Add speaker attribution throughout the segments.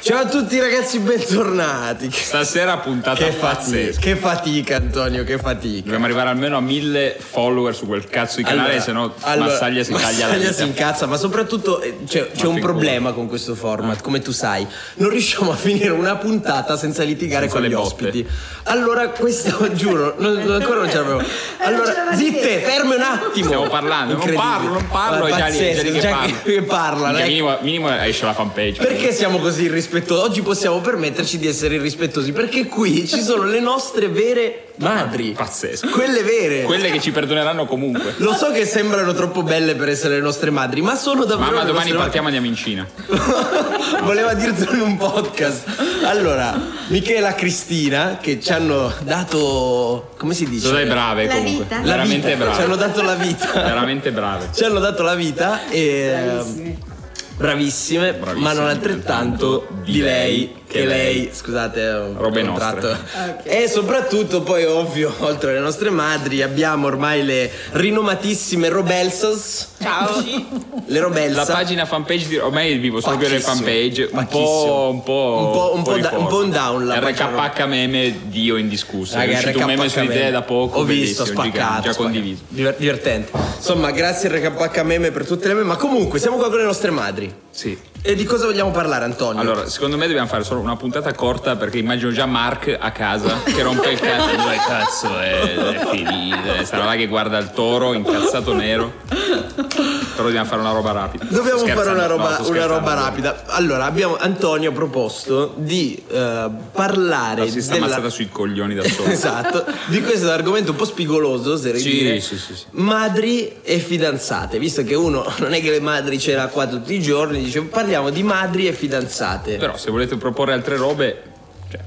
Speaker 1: Ciao a tutti ragazzi, bentornati. Che,
Speaker 2: Stasera puntata
Speaker 1: che
Speaker 2: pazzesca.
Speaker 1: fatica, che fatica Antonio, che fatica.
Speaker 2: Dobbiamo arrivare almeno a mille follower su quel cazzo di canale, se no
Speaker 1: allora,
Speaker 2: Massaglia si taglia la
Speaker 1: Massaglia
Speaker 2: vita.
Speaker 1: si incazza, ma soprattutto eh, c'è, c'è un
Speaker 2: figurati.
Speaker 1: problema con questo format, come tu sai. Non riusciamo a finire una puntata senza litigare
Speaker 2: Senza
Speaker 1: con
Speaker 2: le
Speaker 1: gli
Speaker 2: botte.
Speaker 1: ospiti. Allora, questo giuro, non- non- ancora Eh, non ce l'avevo. Allora, zitte, ferme un attimo.
Speaker 2: Stiamo parlando, non
Speaker 1: Incredibile.
Speaker 2: parlo, non
Speaker 1: Ma
Speaker 2: parlo, è già lì, è
Speaker 1: pazzesco,
Speaker 2: già lì che parla.
Speaker 1: che parla.
Speaker 2: Minchia,
Speaker 1: eh.
Speaker 2: minimo, minimo esce la fanpage.
Speaker 1: Perché siamo così irrispettosi? Oggi possiamo permetterci di essere irrispettosi perché qui ci sono le nostre vere madri.
Speaker 2: Pazzesco.
Speaker 1: Quelle vere.
Speaker 2: Quelle che ci perdoneranno comunque.
Speaker 1: Lo so che sembrano troppo belle per essere le nostre madri, ma sono davvero.
Speaker 2: Mamma,
Speaker 1: le
Speaker 2: domani
Speaker 1: nostre
Speaker 2: partiamo e andiamo in Cina.
Speaker 1: madri. Voleva dirtelo in un podcast. Allora, Michela Cristina, che ci hanno dato. come si dice?
Speaker 2: Sono delle Cioè, brave
Speaker 3: La
Speaker 2: comunque.
Speaker 3: vita.
Speaker 1: La
Speaker 2: Veramente
Speaker 1: vita. Cioè, Ci
Speaker 2: brave.
Speaker 1: hanno dato la vita.
Speaker 2: Veramente brave.
Speaker 1: Ci hanno dato la vita e.
Speaker 3: Bravissime.
Speaker 1: Bravissime,
Speaker 2: Bravissime,
Speaker 1: ma non altrettanto di lei che lei. Scusate, è un
Speaker 2: Robe
Speaker 1: contratto.
Speaker 2: nostre.
Speaker 1: E soprattutto, poi, ovvio, oltre alle nostre madri, abbiamo ormai le rinomatissime Robelsas.
Speaker 3: Ciao.
Speaker 1: Le
Speaker 2: La
Speaker 1: Robelsas.
Speaker 2: pagina fanpage di ormai vivo solo per le
Speaker 1: Pacchissimo,
Speaker 2: fanpage, un
Speaker 1: pacchissimo.
Speaker 2: po', un po',
Speaker 1: Un po', un po'
Speaker 2: fuori
Speaker 1: da- un
Speaker 2: forma.
Speaker 1: po' in down la
Speaker 2: RKH
Speaker 1: pagina.
Speaker 2: meme Dio indiscusso.
Speaker 1: Raga,
Speaker 2: È uscito un meme su di te
Speaker 1: RKHM.
Speaker 2: da poco.
Speaker 1: Ho visto,
Speaker 2: bellissimo, gigante,
Speaker 1: spaccato.
Speaker 2: Già
Speaker 1: spaccato.
Speaker 2: condiviso.
Speaker 1: Diver- divertente. Insomma, grazie RKH meme per tutte le meme. Ma comunque, siamo qua con le nostre madri.
Speaker 2: Sì.
Speaker 1: E di cosa vogliamo parlare, Antonio?
Speaker 2: Allora, secondo me dobbiamo fare solo una puntata corta perché immagino già Mark a casa che rompe il cazzo. Dove cazzo è, è finita? Sarà là che guarda il toro incazzato nero. Però dobbiamo fare una roba rapida.
Speaker 1: Dobbiamo
Speaker 2: Sto
Speaker 1: fare una
Speaker 2: scherzando,
Speaker 1: roba,
Speaker 2: no, sto
Speaker 1: una roba
Speaker 2: scherzando.
Speaker 1: rapida. Allora, abbiamo, Antonio ha proposto di eh, parlare
Speaker 2: Si sta ammazzata
Speaker 1: della...
Speaker 2: sui coglioni da solo.
Speaker 1: Esatto, di questo argomento un po' spigoloso, oserei
Speaker 2: Sì,
Speaker 1: dire.
Speaker 2: sì, sì, sì.
Speaker 1: Madri e fidanzate, visto che uno non è che le madri ce l'ha qua tutti i giorni, dice parliamo di madri e fidanzate.
Speaker 2: Però se volete proporre altre robe, cioè,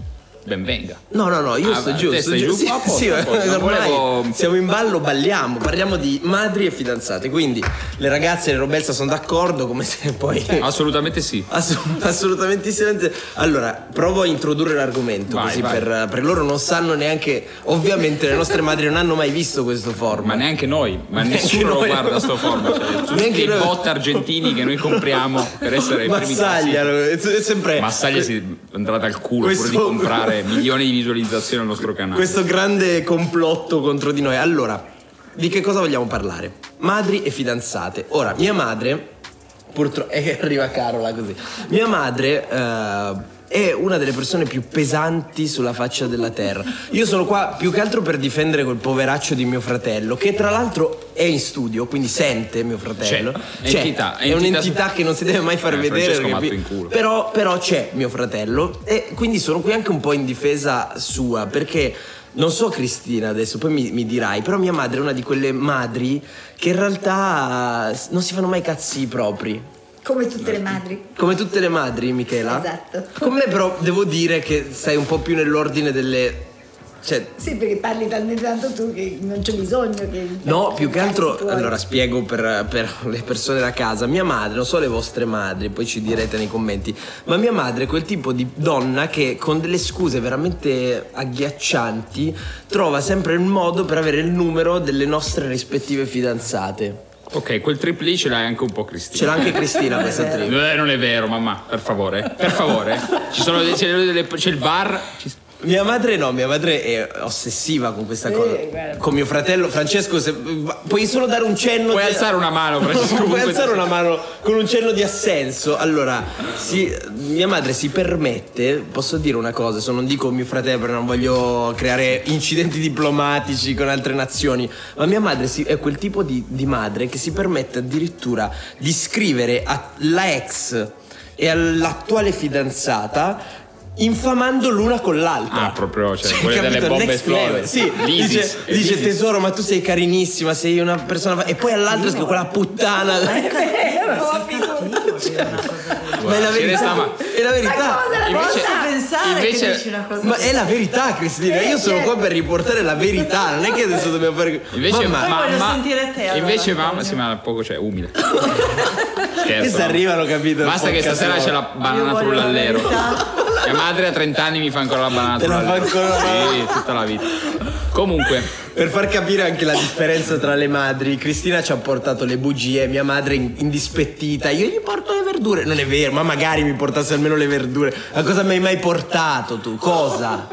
Speaker 2: ben venga.
Speaker 1: No, no, no, io
Speaker 2: Ah,
Speaker 1: sto
Speaker 2: te
Speaker 1: giù,
Speaker 2: stai
Speaker 1: sto giù.
Speaker 2: giù?
Speaker 1: Sì,
Speaker 2: Ah, a posto,
Speaker 1: sì,
Speaker 2: a posto. Non
Speaker 1: ormai
Speaker 2: volevo-
Speaker 1: siamo in ballo, balliamo, parliamo di madri e fidanzate. Quindi le ragazze e le Robelsa sono d'accordo, come se
Speaker 2: Eh,
Speaker 1: poi
Speaker 2: Assolutamente sì.
Speaker 1: Assu- assolutamente sì. Allora, provo a introdurre l'argomento.
Speaker 2: Vai,
Speaker 1: così
Speaker 2: vai.
Speaker 1: Per, per loro non sanno neanche. Ovviamente le nostre madri non hanno mai visto questo format.
Speaker 2: Ma neanche noi, ma
Speaker 1: Neanche
Speaker 2: nessuno
Speaker 1: noi.
Speaker 2: lo guarda sto forno. Cioè, tutti
Speaker 1: Neanche
Speaker 2: i
Speaker 1: noi.
Speaker 2: bot argentini che noi compriamo per essere i primi
Speaker 1: Massaglia, è sempre.
Speaker 2: Massaglia si andrà dal culo
Speaker 1: Questo-
Speaker 2: pure di comprare milioni di visualizzazioni al nostro canale.
Speaker 1: Questo grande complotto contro di noi. Allora, di che cosa vogliamo parlare? Madri e fidanzate. Ora, mia madre, purtroppo... E arriva Carola così. Mia madre eh, è una delle persone più pesanti sulla faccia della terra. Io sono qua più che altro per difendere quel poveraccio di mio fratello, che tra l'altro è in studio, quindi sente mio fratello.
Speaker 2: C'è, entità,
Speaker 1: è
Speaker 2: entità-
Speaker 1: un'entità che non si deve mai far
Speaker 2: Eh,
Speaker 1: vedere.
Speaker 2: Francesco
Speaker 1: perché-
Speaker 2: matto in culo.
Speaker 1: però, però c'è mio fratello e quindi sono qui anche un po' in difesa sua perché non so Cristina adesso, poi mi, mi dirai, però mia madre è una di quelle madri che in realtà eh, non si fanno mai cazzi propri.
Speaker 3: Come tutte
Speaker 1: Certo.
Speaker 3: le madri.
Speaker 1: Come tutte le madri, Michela.
Speaker 3: Esatto.
Speaker 1: Con me però devo dire che sei un po' più nell'ordine delle... Cioè,
Speaker 3: Sì, perché parli talmente tanto tu che non c'è bisogno che...
Speaker 1: No, più che altro,
Speaker 3: Cazzi tuoi.
Speaker 1: allora spiego per, per le persone da casa, mia madre, non so le vostre madri, poi ci direte nei commenti, ma mia madre è quel tipo di donna che con delle scuse veramente agghiaccianti trova sempre il modo per avere il numero delle nostre rispettive fidanzate.
Speaker 2: Ok, quel trip lì ce l'hai anche un po' Cristina.
Speaker 1: Ce l'ha anche Cristina questa trip.
Speaker 2: Eh, non è vero, mamma, per favore, per favore. Ci sono delle- c'è, delle- c'è il VAR. ci-
Speaker 1: Mia madre no, mia madre è ossessiva con questa cosa.
Speaker 3: guarda.
Speaker 1: Con mio fratello Francesco, se- puoi solo dare un cenno.
Speaker 2: Puoi
Speaker 1: di-
Speaker 2: alzare una mano, Francesco.
Speaker 1: Puoi
Speaker 2: comunque-
Speaker 1: alzare una mano con un cenno di assenso. Allora, si- mia madre si permette, posso dire una cosa, se non dico mio fratello perché non voglio creare incidenti diplomatici con altre nazioni, ma mia madre si- è quel tipo di, di madre che si permette addirittura di scrivere alla ex e all'attuale fidanzata infamando l'una con l'altra.
Speaker 2: Ah, proprio, cioè,
Speaker 1: Cioè,
Speaker 2: quelle delle
Speaker 1: capito?
Speaker 2: bombe
Speaker 1: Next level.
Speaker 2: esplode.
Speaker 1: Sì,
Speaker 2: L'ISIS.
Speaker 1: dice,
Speaker 2: È
Speaker 1: dice,
Speaker 2: l'ISIS.
Speaker 1: tesoro, ma tu sei carinissima, sei una persona. fa-" E poi all'altro scrive quella puttana. Ma è la
Speaker 2: Ci resta, ma-
Speaker 1: verità. Ah, È la verità.
Speaker 2: Invece- Ah,
Speaker 4: Posso pensare
Speaker 2: invece-
Speaker 4: che dici una cosa
Speaker 1: Ma è la verità, Cristina. Io sono qua per riportare la verità. Non è che adesso dobbiamo fare.
Speaker 2: Invece
Speaker 1: Mamma,
Speaker 4: Poi voglio
Speaker 2: mamma-
Speaker 4: sentire te, allora,
Speaker 2: Invece
Speaker 4: Antonio.
Speaker 2: mamma si ma poco cioè umile.
Speaker 1: che
Speaker 2: Scherzo.
Speaker 1: se arrivano, capito?
Speaker 2: Basta che
Speaker 1: Porca
Speaker 2: stasera c'è
Speaker 1: troia.
Speaker 2: la banana
Speaker 4: voglio la
Speaker 2: trullallero.
Speaker 4: verità.
Speaker 2: Mia madre a 30 anni mi fa ancora la banana
Speaker 1: Te la fa
Speaker 2: trullallero.
Speaker 1: ancora
Speaker 2: Sì, tutta la vita. Comunque,
Speaker 1: Per far capire anche la differenza tra le madri, Cristina ci ha portato le bugie, mia madre in- indispettita, io gli porto le verdure. Non è vero, ma magari mi portasse almeno le verdure. Ma cosa mi hai mai portato tu? Cosa?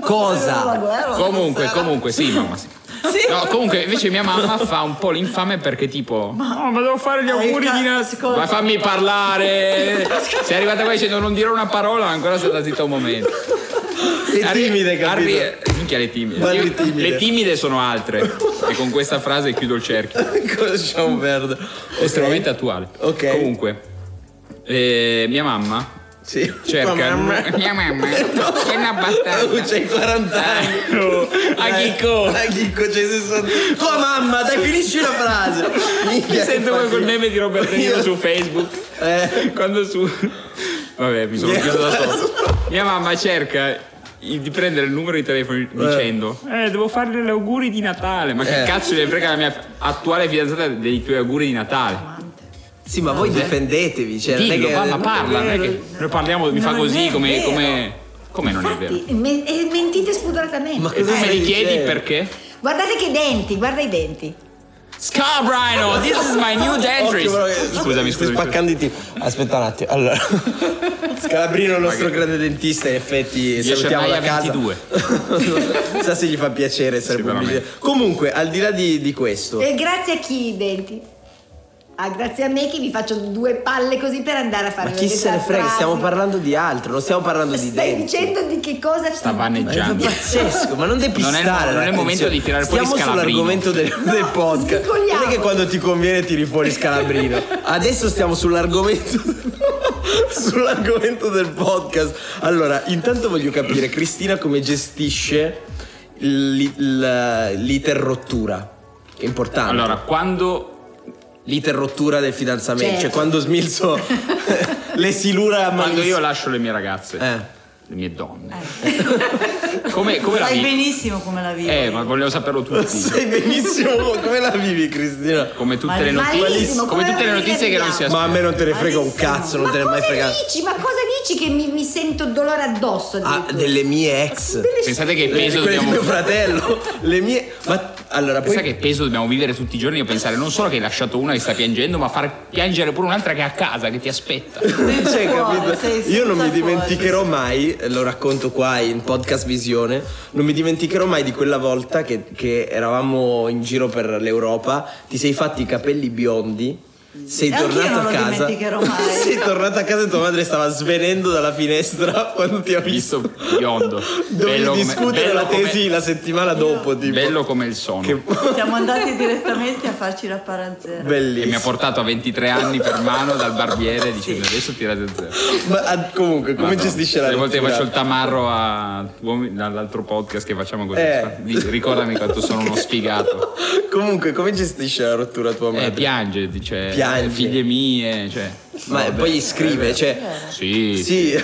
Speaker 1: Cosa?
Speaker 2: eh, comunque, comunque, sì, mamma sì.
Speaker 4: Sì.
Speaker 2: No, comunque invece mia mamma fa un po' l'infame perché tipo No, ma devo fare gli auguri di Natale
Speaker 4: secondo-
Speaker 2: Ma fammi parlare Sei arrivata qua dicendo non dirò una parola ma ancora stata zitta un momento
Speaker 1: Le
Speaker 2: Arri-
Speaker 1: timide, capito?
Speaker 2: arri- eh, minchia le timide.
Speaker 1: Ma le
Speaker 2: Io-
Speaker 1: timide.
Speaker 2: le timide sono altre. e con questa frase chiudo il cerchio.
Speaker 1: Conosciamo verde.
Speaker 2: Estremamente attuale.
Speaker 1: Ok.
Speaker 2: Comunque, eh, mia mamma
Speaker 1: Sì.
Speaker 2: cerca.
Speaker 1: Mamma.
Speaker 2: Mia mamma è una
Speaker 1: Oh,
Speaker 2: bastarda.
Speaker 1: c'hai 40 anni.
Speaker 2: A Ecco, Ah, Chicco.
Speaker 1: A Chicco c'hai 60. Oh mamma, dai, finisci la frase.
Speaker 2: Mi
Speaker 1: Minchia,
Speaker 2: sento
Speaker 1: che
Speaker 2: come quel
Speaker 1: fatica.
Speaker 2: meme di Robert De Niro
Speaker 1: Io-
Speaker 2: su Facebook.
Speaker 1: Eh.
Speaker 2: Quando su. Vabbè, mi sono chiuso da solo. Mia mamma cerca i- di prendere il numero di telefono dicendo eh devo farle gli auguri di Natale ma che
Speaker 1: Eh.
Speaker 2: cazzo ne frega la mia attuale fidanzata dei tuoi auguri di Natale
Speaker 1: Sì, ma voi difendetevi, cioè, non è
Speaker 2: dillo
Speaker 1: che-
Speaker 2: mamma parla non è
Speaker 4: vero.
Speaker 2: che noi parliamo mi fa
Speaker 4: Non
Speaker 2: così
Speaker 4: è
Speaker 2: come
Speaker 4: vero.
Speaker 2: come come non è vero
Speaker 3: Infatti, me- e mentite spudoratamente.
Speaker 1: Ma
Speaker 2: e tu
Speaker 1: cosa
Speaker 2: me
Speaker 1: stai
Speaker 2: li chiedi
Speaker 1: dicendo?
Speaker 2: perché
Speaker 3: Guardate che denti, guarda i denti.
Speaker 2: Scabrino this is my new
Speaker 1: Occhio, però, che-
Speaker 2: dentist scusami
Speaker 1: Stai
Speaker 2: scusami
Speaker 1: spaccando i tipi. Aspetta un attimo. Allora, Scalabrino, il nostro grande dentista, in effetti salutiamo la
Speaker 2: gennaio
Speaker 1: casa.
Speaker 2: 22.
Speaker 1: Non so se gli fa piacere essere
Speaker 2: Sì,
Speaker 1: pubblicità.
Speaker 2: veramente.
Speaker 1: Comunque, al di là di, di questo,
Speaker 3: E grazie a chi i denti? Ah, grazie a me che vi faccio due palle così per andare a fare
Speaker 1: ma
Speaker 3: le
Speaker 1: chi se ne frega?
Speaker 3: frasi.
Speaker 1: Stiamo parlando di altro, non stiamo parlando di
Speaker 3: Stai
Speaker 1: denti.
Speaker 3: dicendo di che cosa
Speaker 2: sta vaneggiando
Speaker 1: Pazzesco, ma non
Speaker 2: Non
Speaker 1: depistare
Speaker 2: è il- non è il
Speaker 1: attenzione.
Speaker 2: momento di tirare fuori
Speaker 1: Stiamo
Speaker 2: Scalabrino.
Speaker 1: sull'argomento del, del podcast.
Speaker 3: sbricoliamo.
Speaker 1: Non è che quando ti conviene tiri fuori Scalabrino. Adesso stiamo sull'argomento sull'argomento del podcast. Allora, intanto voglio capire Cristina come gestisce l'i- l- l'iter rottura. È importante.
Speaker 2: allora quando
Speaker 1: l'iter rottura del fidanzamento,
Speaker 3: Certo.
Speaker 1: cioè quando smilzo le silura a
Speaker 2: quando
Speaker 1: malizia-
Speaker 2: io lascio le mie ragazze
Speaker 1: eh.
Speaker 2: le mie donne
Speaker 3: Eh.
Speaker 2: come, come la
Speaker 4: Sai
Speaker 2: vivi?
Speaker 4: benissimo come la vivi.
Speaker 2: eh ma voglio saperlo tutti
Speaker 1: Sai benissimo come la vivi Cristina.
Speaker 2: come tutte
Speaker 4: Ma-
Speaker 2: le notizie
Speaker 3: malissimo,
Speaker 2: come
Speaker 3: come
Speaker 2: tutte le
Speaker 3: non
Speaker 2: notizie che non si
Speaker 1: Ma a
Speaker 2: aspettano
Speaker 1: me non te ne frega un
Speaker 4: Malissimo.
Speaker 1: cazzo, non
Speaker 3: Ma
Speaker 1: te ne è mai
Speaker 3: cosa
Speaker 1: fregato.
Speaker 3: dici? Ma cosa dici che mi, mi sento dolore addosso?
Speaker 1: Ah,
Speaker 3: addirittura?
Speaker 1: delle mie ex.
Speaker 3: Delle
Speaker 2: pensate
Speaker 1: Eh,
Speaker 2: che
Speaker 1: Quelle
Speaker 2: peso
Speaker 1: di
Speaker 2: dobbiamo
Speaker 1: mio fratello. Le mie. Ma allora, poi.
Speaker 2: Pensa che peso dobbiamo vivere tutti i giorni e pensare non solo che hai lasciato una che sta piangendo, ma far piangere pure un'altra che è a casa, che ti aspetta.
Speaker 1: Cioè,
Speaker 4: Fuori,
Speaker 1: capito?
Speaker 4: sei senza
Speaker 1: Io non mi
Speaker 4: fuori.
Speaker 1: dimenticherò mai, lo racconto qua in podcast Visione, non mi dimenticherò mai di quella volta che, che eravamo in giro per l'Europa, ti sei fatti i capelli biondi, sei
Speaker 4: E anch'io
Speaker 1: tornato a
Speaker 4: non lo
Speaker 1: casa.
Speaker 4: dimenticherò mai.
Speaker 1: sei tornato a casa e tua madre stava svenendo dalla finestra quando ti ha
Speaker 2: Visto
Speaker 1: visto.
Speaker 2: biondo.
Speaker 1: Dovevi
Speaker 2: come-
Speaker 1: discutere la
Speaker 2: come-
Speaker 1: tesi la settimana dopo, tipo.
Speaker 2: bello come il sonno.
Speaker 1: Che
Speaker 4: Siamo andati direttamente a farci la
Speaker 2: Che
Speaker 4: paranzera.
Speaker 2: mi ha
Speaker 1: bellissimo.
Speaker 2: portato a 23 anni per mano dal barbiere dicendo adesso tirate a zero.
Speaker 1: Ma ah, comunque, come
Speaker 2: Madonna.
Speaker 1: gestisce la
Speaker 2: Le volte
Speaker 1: rottura?
Speaker 2: faccio il tamarro a- all'altro podcast che facciamo così.
Speaker 1: Eh.
Speaker 2: Di- Ricordami quanto sono uno sfigato.
Speaker 1: Comunque, come gestisce la rottura tua
Speaker 2: Eh,
Speaker 1: madre?
Speaker 2: piange, dice.
Speaker 1: Piange.
Speaker 2: Figlie mie, cioè.
Speaker 1: Ma poi gli scrive, cioè.
Speaker 2: eh, Sì,
Speaker 1: Sì,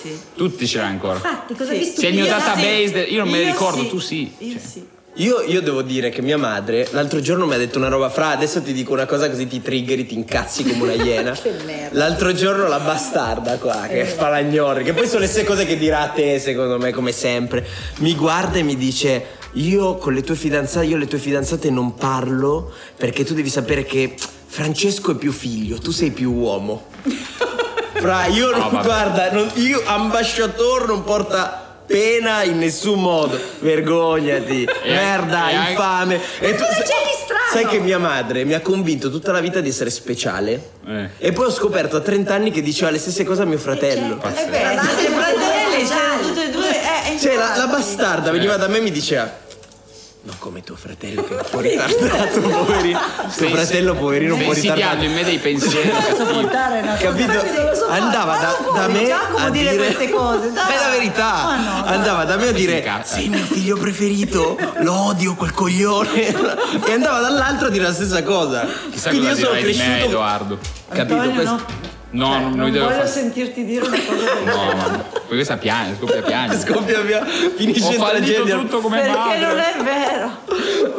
Speaker 4: Sì, sì.
Speaker 2: tutti ce l'ha ancora.
Speaker 3: Infatti, cosa
Speaker 4: Sì.
Speaker 3: vi
Speaker 2: Se il mio
Speaker 4: Io
Speaker 3: stupisce?
Speaker 2: database,
Speaker 4: sì.
Speaker 2: de- io non me ne ricordo,
Speaker 4: sì.
Speaker 2: tu sì. cioè.
Speaker 4: Io sì.
Speaker 1: io, io devo dire che mia madre l'altro giorno mi ha detto una roba fra, adesso ti dico una cosa così ti triggeri, ti incazzi come una iena.
Speaker 3: Che merda. Esatto.
Speaker 1: L'altro giorno la bastarda qua, che fa la gnori, che poi sono le stesse cose che dirà a te, secondo me, come sempre. Mi guarda e mi dice, io con le tue fidanzate, io e le tue fidanzate non parlo perché tu devi sapere che Francesco è più figlio, tu sei più uomo. Fra, io non,
Speaker 2: vabbè.
Speaker 1: guarda, non- io ambasciatore non porta pena in nessun modo. Vergognati, merda,
Speaker 2: e anche-
Speaker 1: infame. E tu
Speaker 3: cosa c'è di strano?
Speaker 1: Sai che mia madre mi ha convinto tutta la vita di essere speciale.
Speaker 2: Eh.
Speaker 1: E poi ho scoperto a 30 anni che diceva le stesse cose a mio fratello.
Speaker 3: Certo. Eh beh,
Speaker 4: Siete
Speaker 3: siete
Speaker 4: fratelli, siete
Speaker 3: fratelli,
Speaker 4: tutti e due. Eh,
Speaker 1: Cioè, la,
Speaker 4: infatti.
Speaker 1: la bastarda veniva da me e mi diceva. No, come tuo fratello che è un po' ritardato, poverino. Tuo
Speaker 2: Pensi-
Speaker 1: fratello, poverino, un po'
Speaker 2: Insidiando
Speaker 1: ritardato.
Speaker 2: in me dei pensieri cattivi.
Speaker 4: Portare una
Speaker 1: Capito?
Speaker 3: Infatti non lo so fare.
Speaker 1: Andava
Speaker 4: Ma
Speaker 1: da,
Speaker 4: non può
Speaker 1: da me
Speaker 4: Giacomo
Speaker 1: a
Speaker 4: dire
Speaker 1: dire
Speaker 4: queste cose, dai.
Speaker 1: È la
Speaker 4: Ma
Speaker 3: Ah,
Speaker 1: verità.
Speaker 4: no, dai.
Speaker 1: andava da me a
Speaker 2: si
Speaker 1: dire
Speaker 2: incazza.
Speaker 1: sei mio figlio preferito, lo odio quel coglione. e andava dall'altro a dire la stessa cosa.
Speaker 2: Chissà
Speaker 1: Quindi
Speaker 2: cosa
Speaker 1: io sono
Speaker 2: dirai di
Speaker 1: cresciuto
Speaker 2: me, Edoardo.
Speaker 1: Capito?
Speaker 4: Antonio,
Speaker 1: Questo-
Speaker 4: no.
Speaker 2: No,
Speaker 4: Cioè,
Speaker 2: non,
Speaker 4: non
Speaker 2: noi devo
Speaker 4: voglio
Speaker 2: fare.
Speaker 4: sentirti dire una cosa del
Speaker 2: No, no,
Speaker 4: genere.
Speaker 2: no. Poi questa piange, scoppia a piangere.
Speaker 1: Scoppia via,
Speaker 2: Ho
Speaker 1: finisce in
Speaker 2: fallito
Speaker 1: tragedia.
Speaker 2: tutto Eh, come
Speaker 4: Perché
Speaker 2: madre.
Speaker 4: non è vero.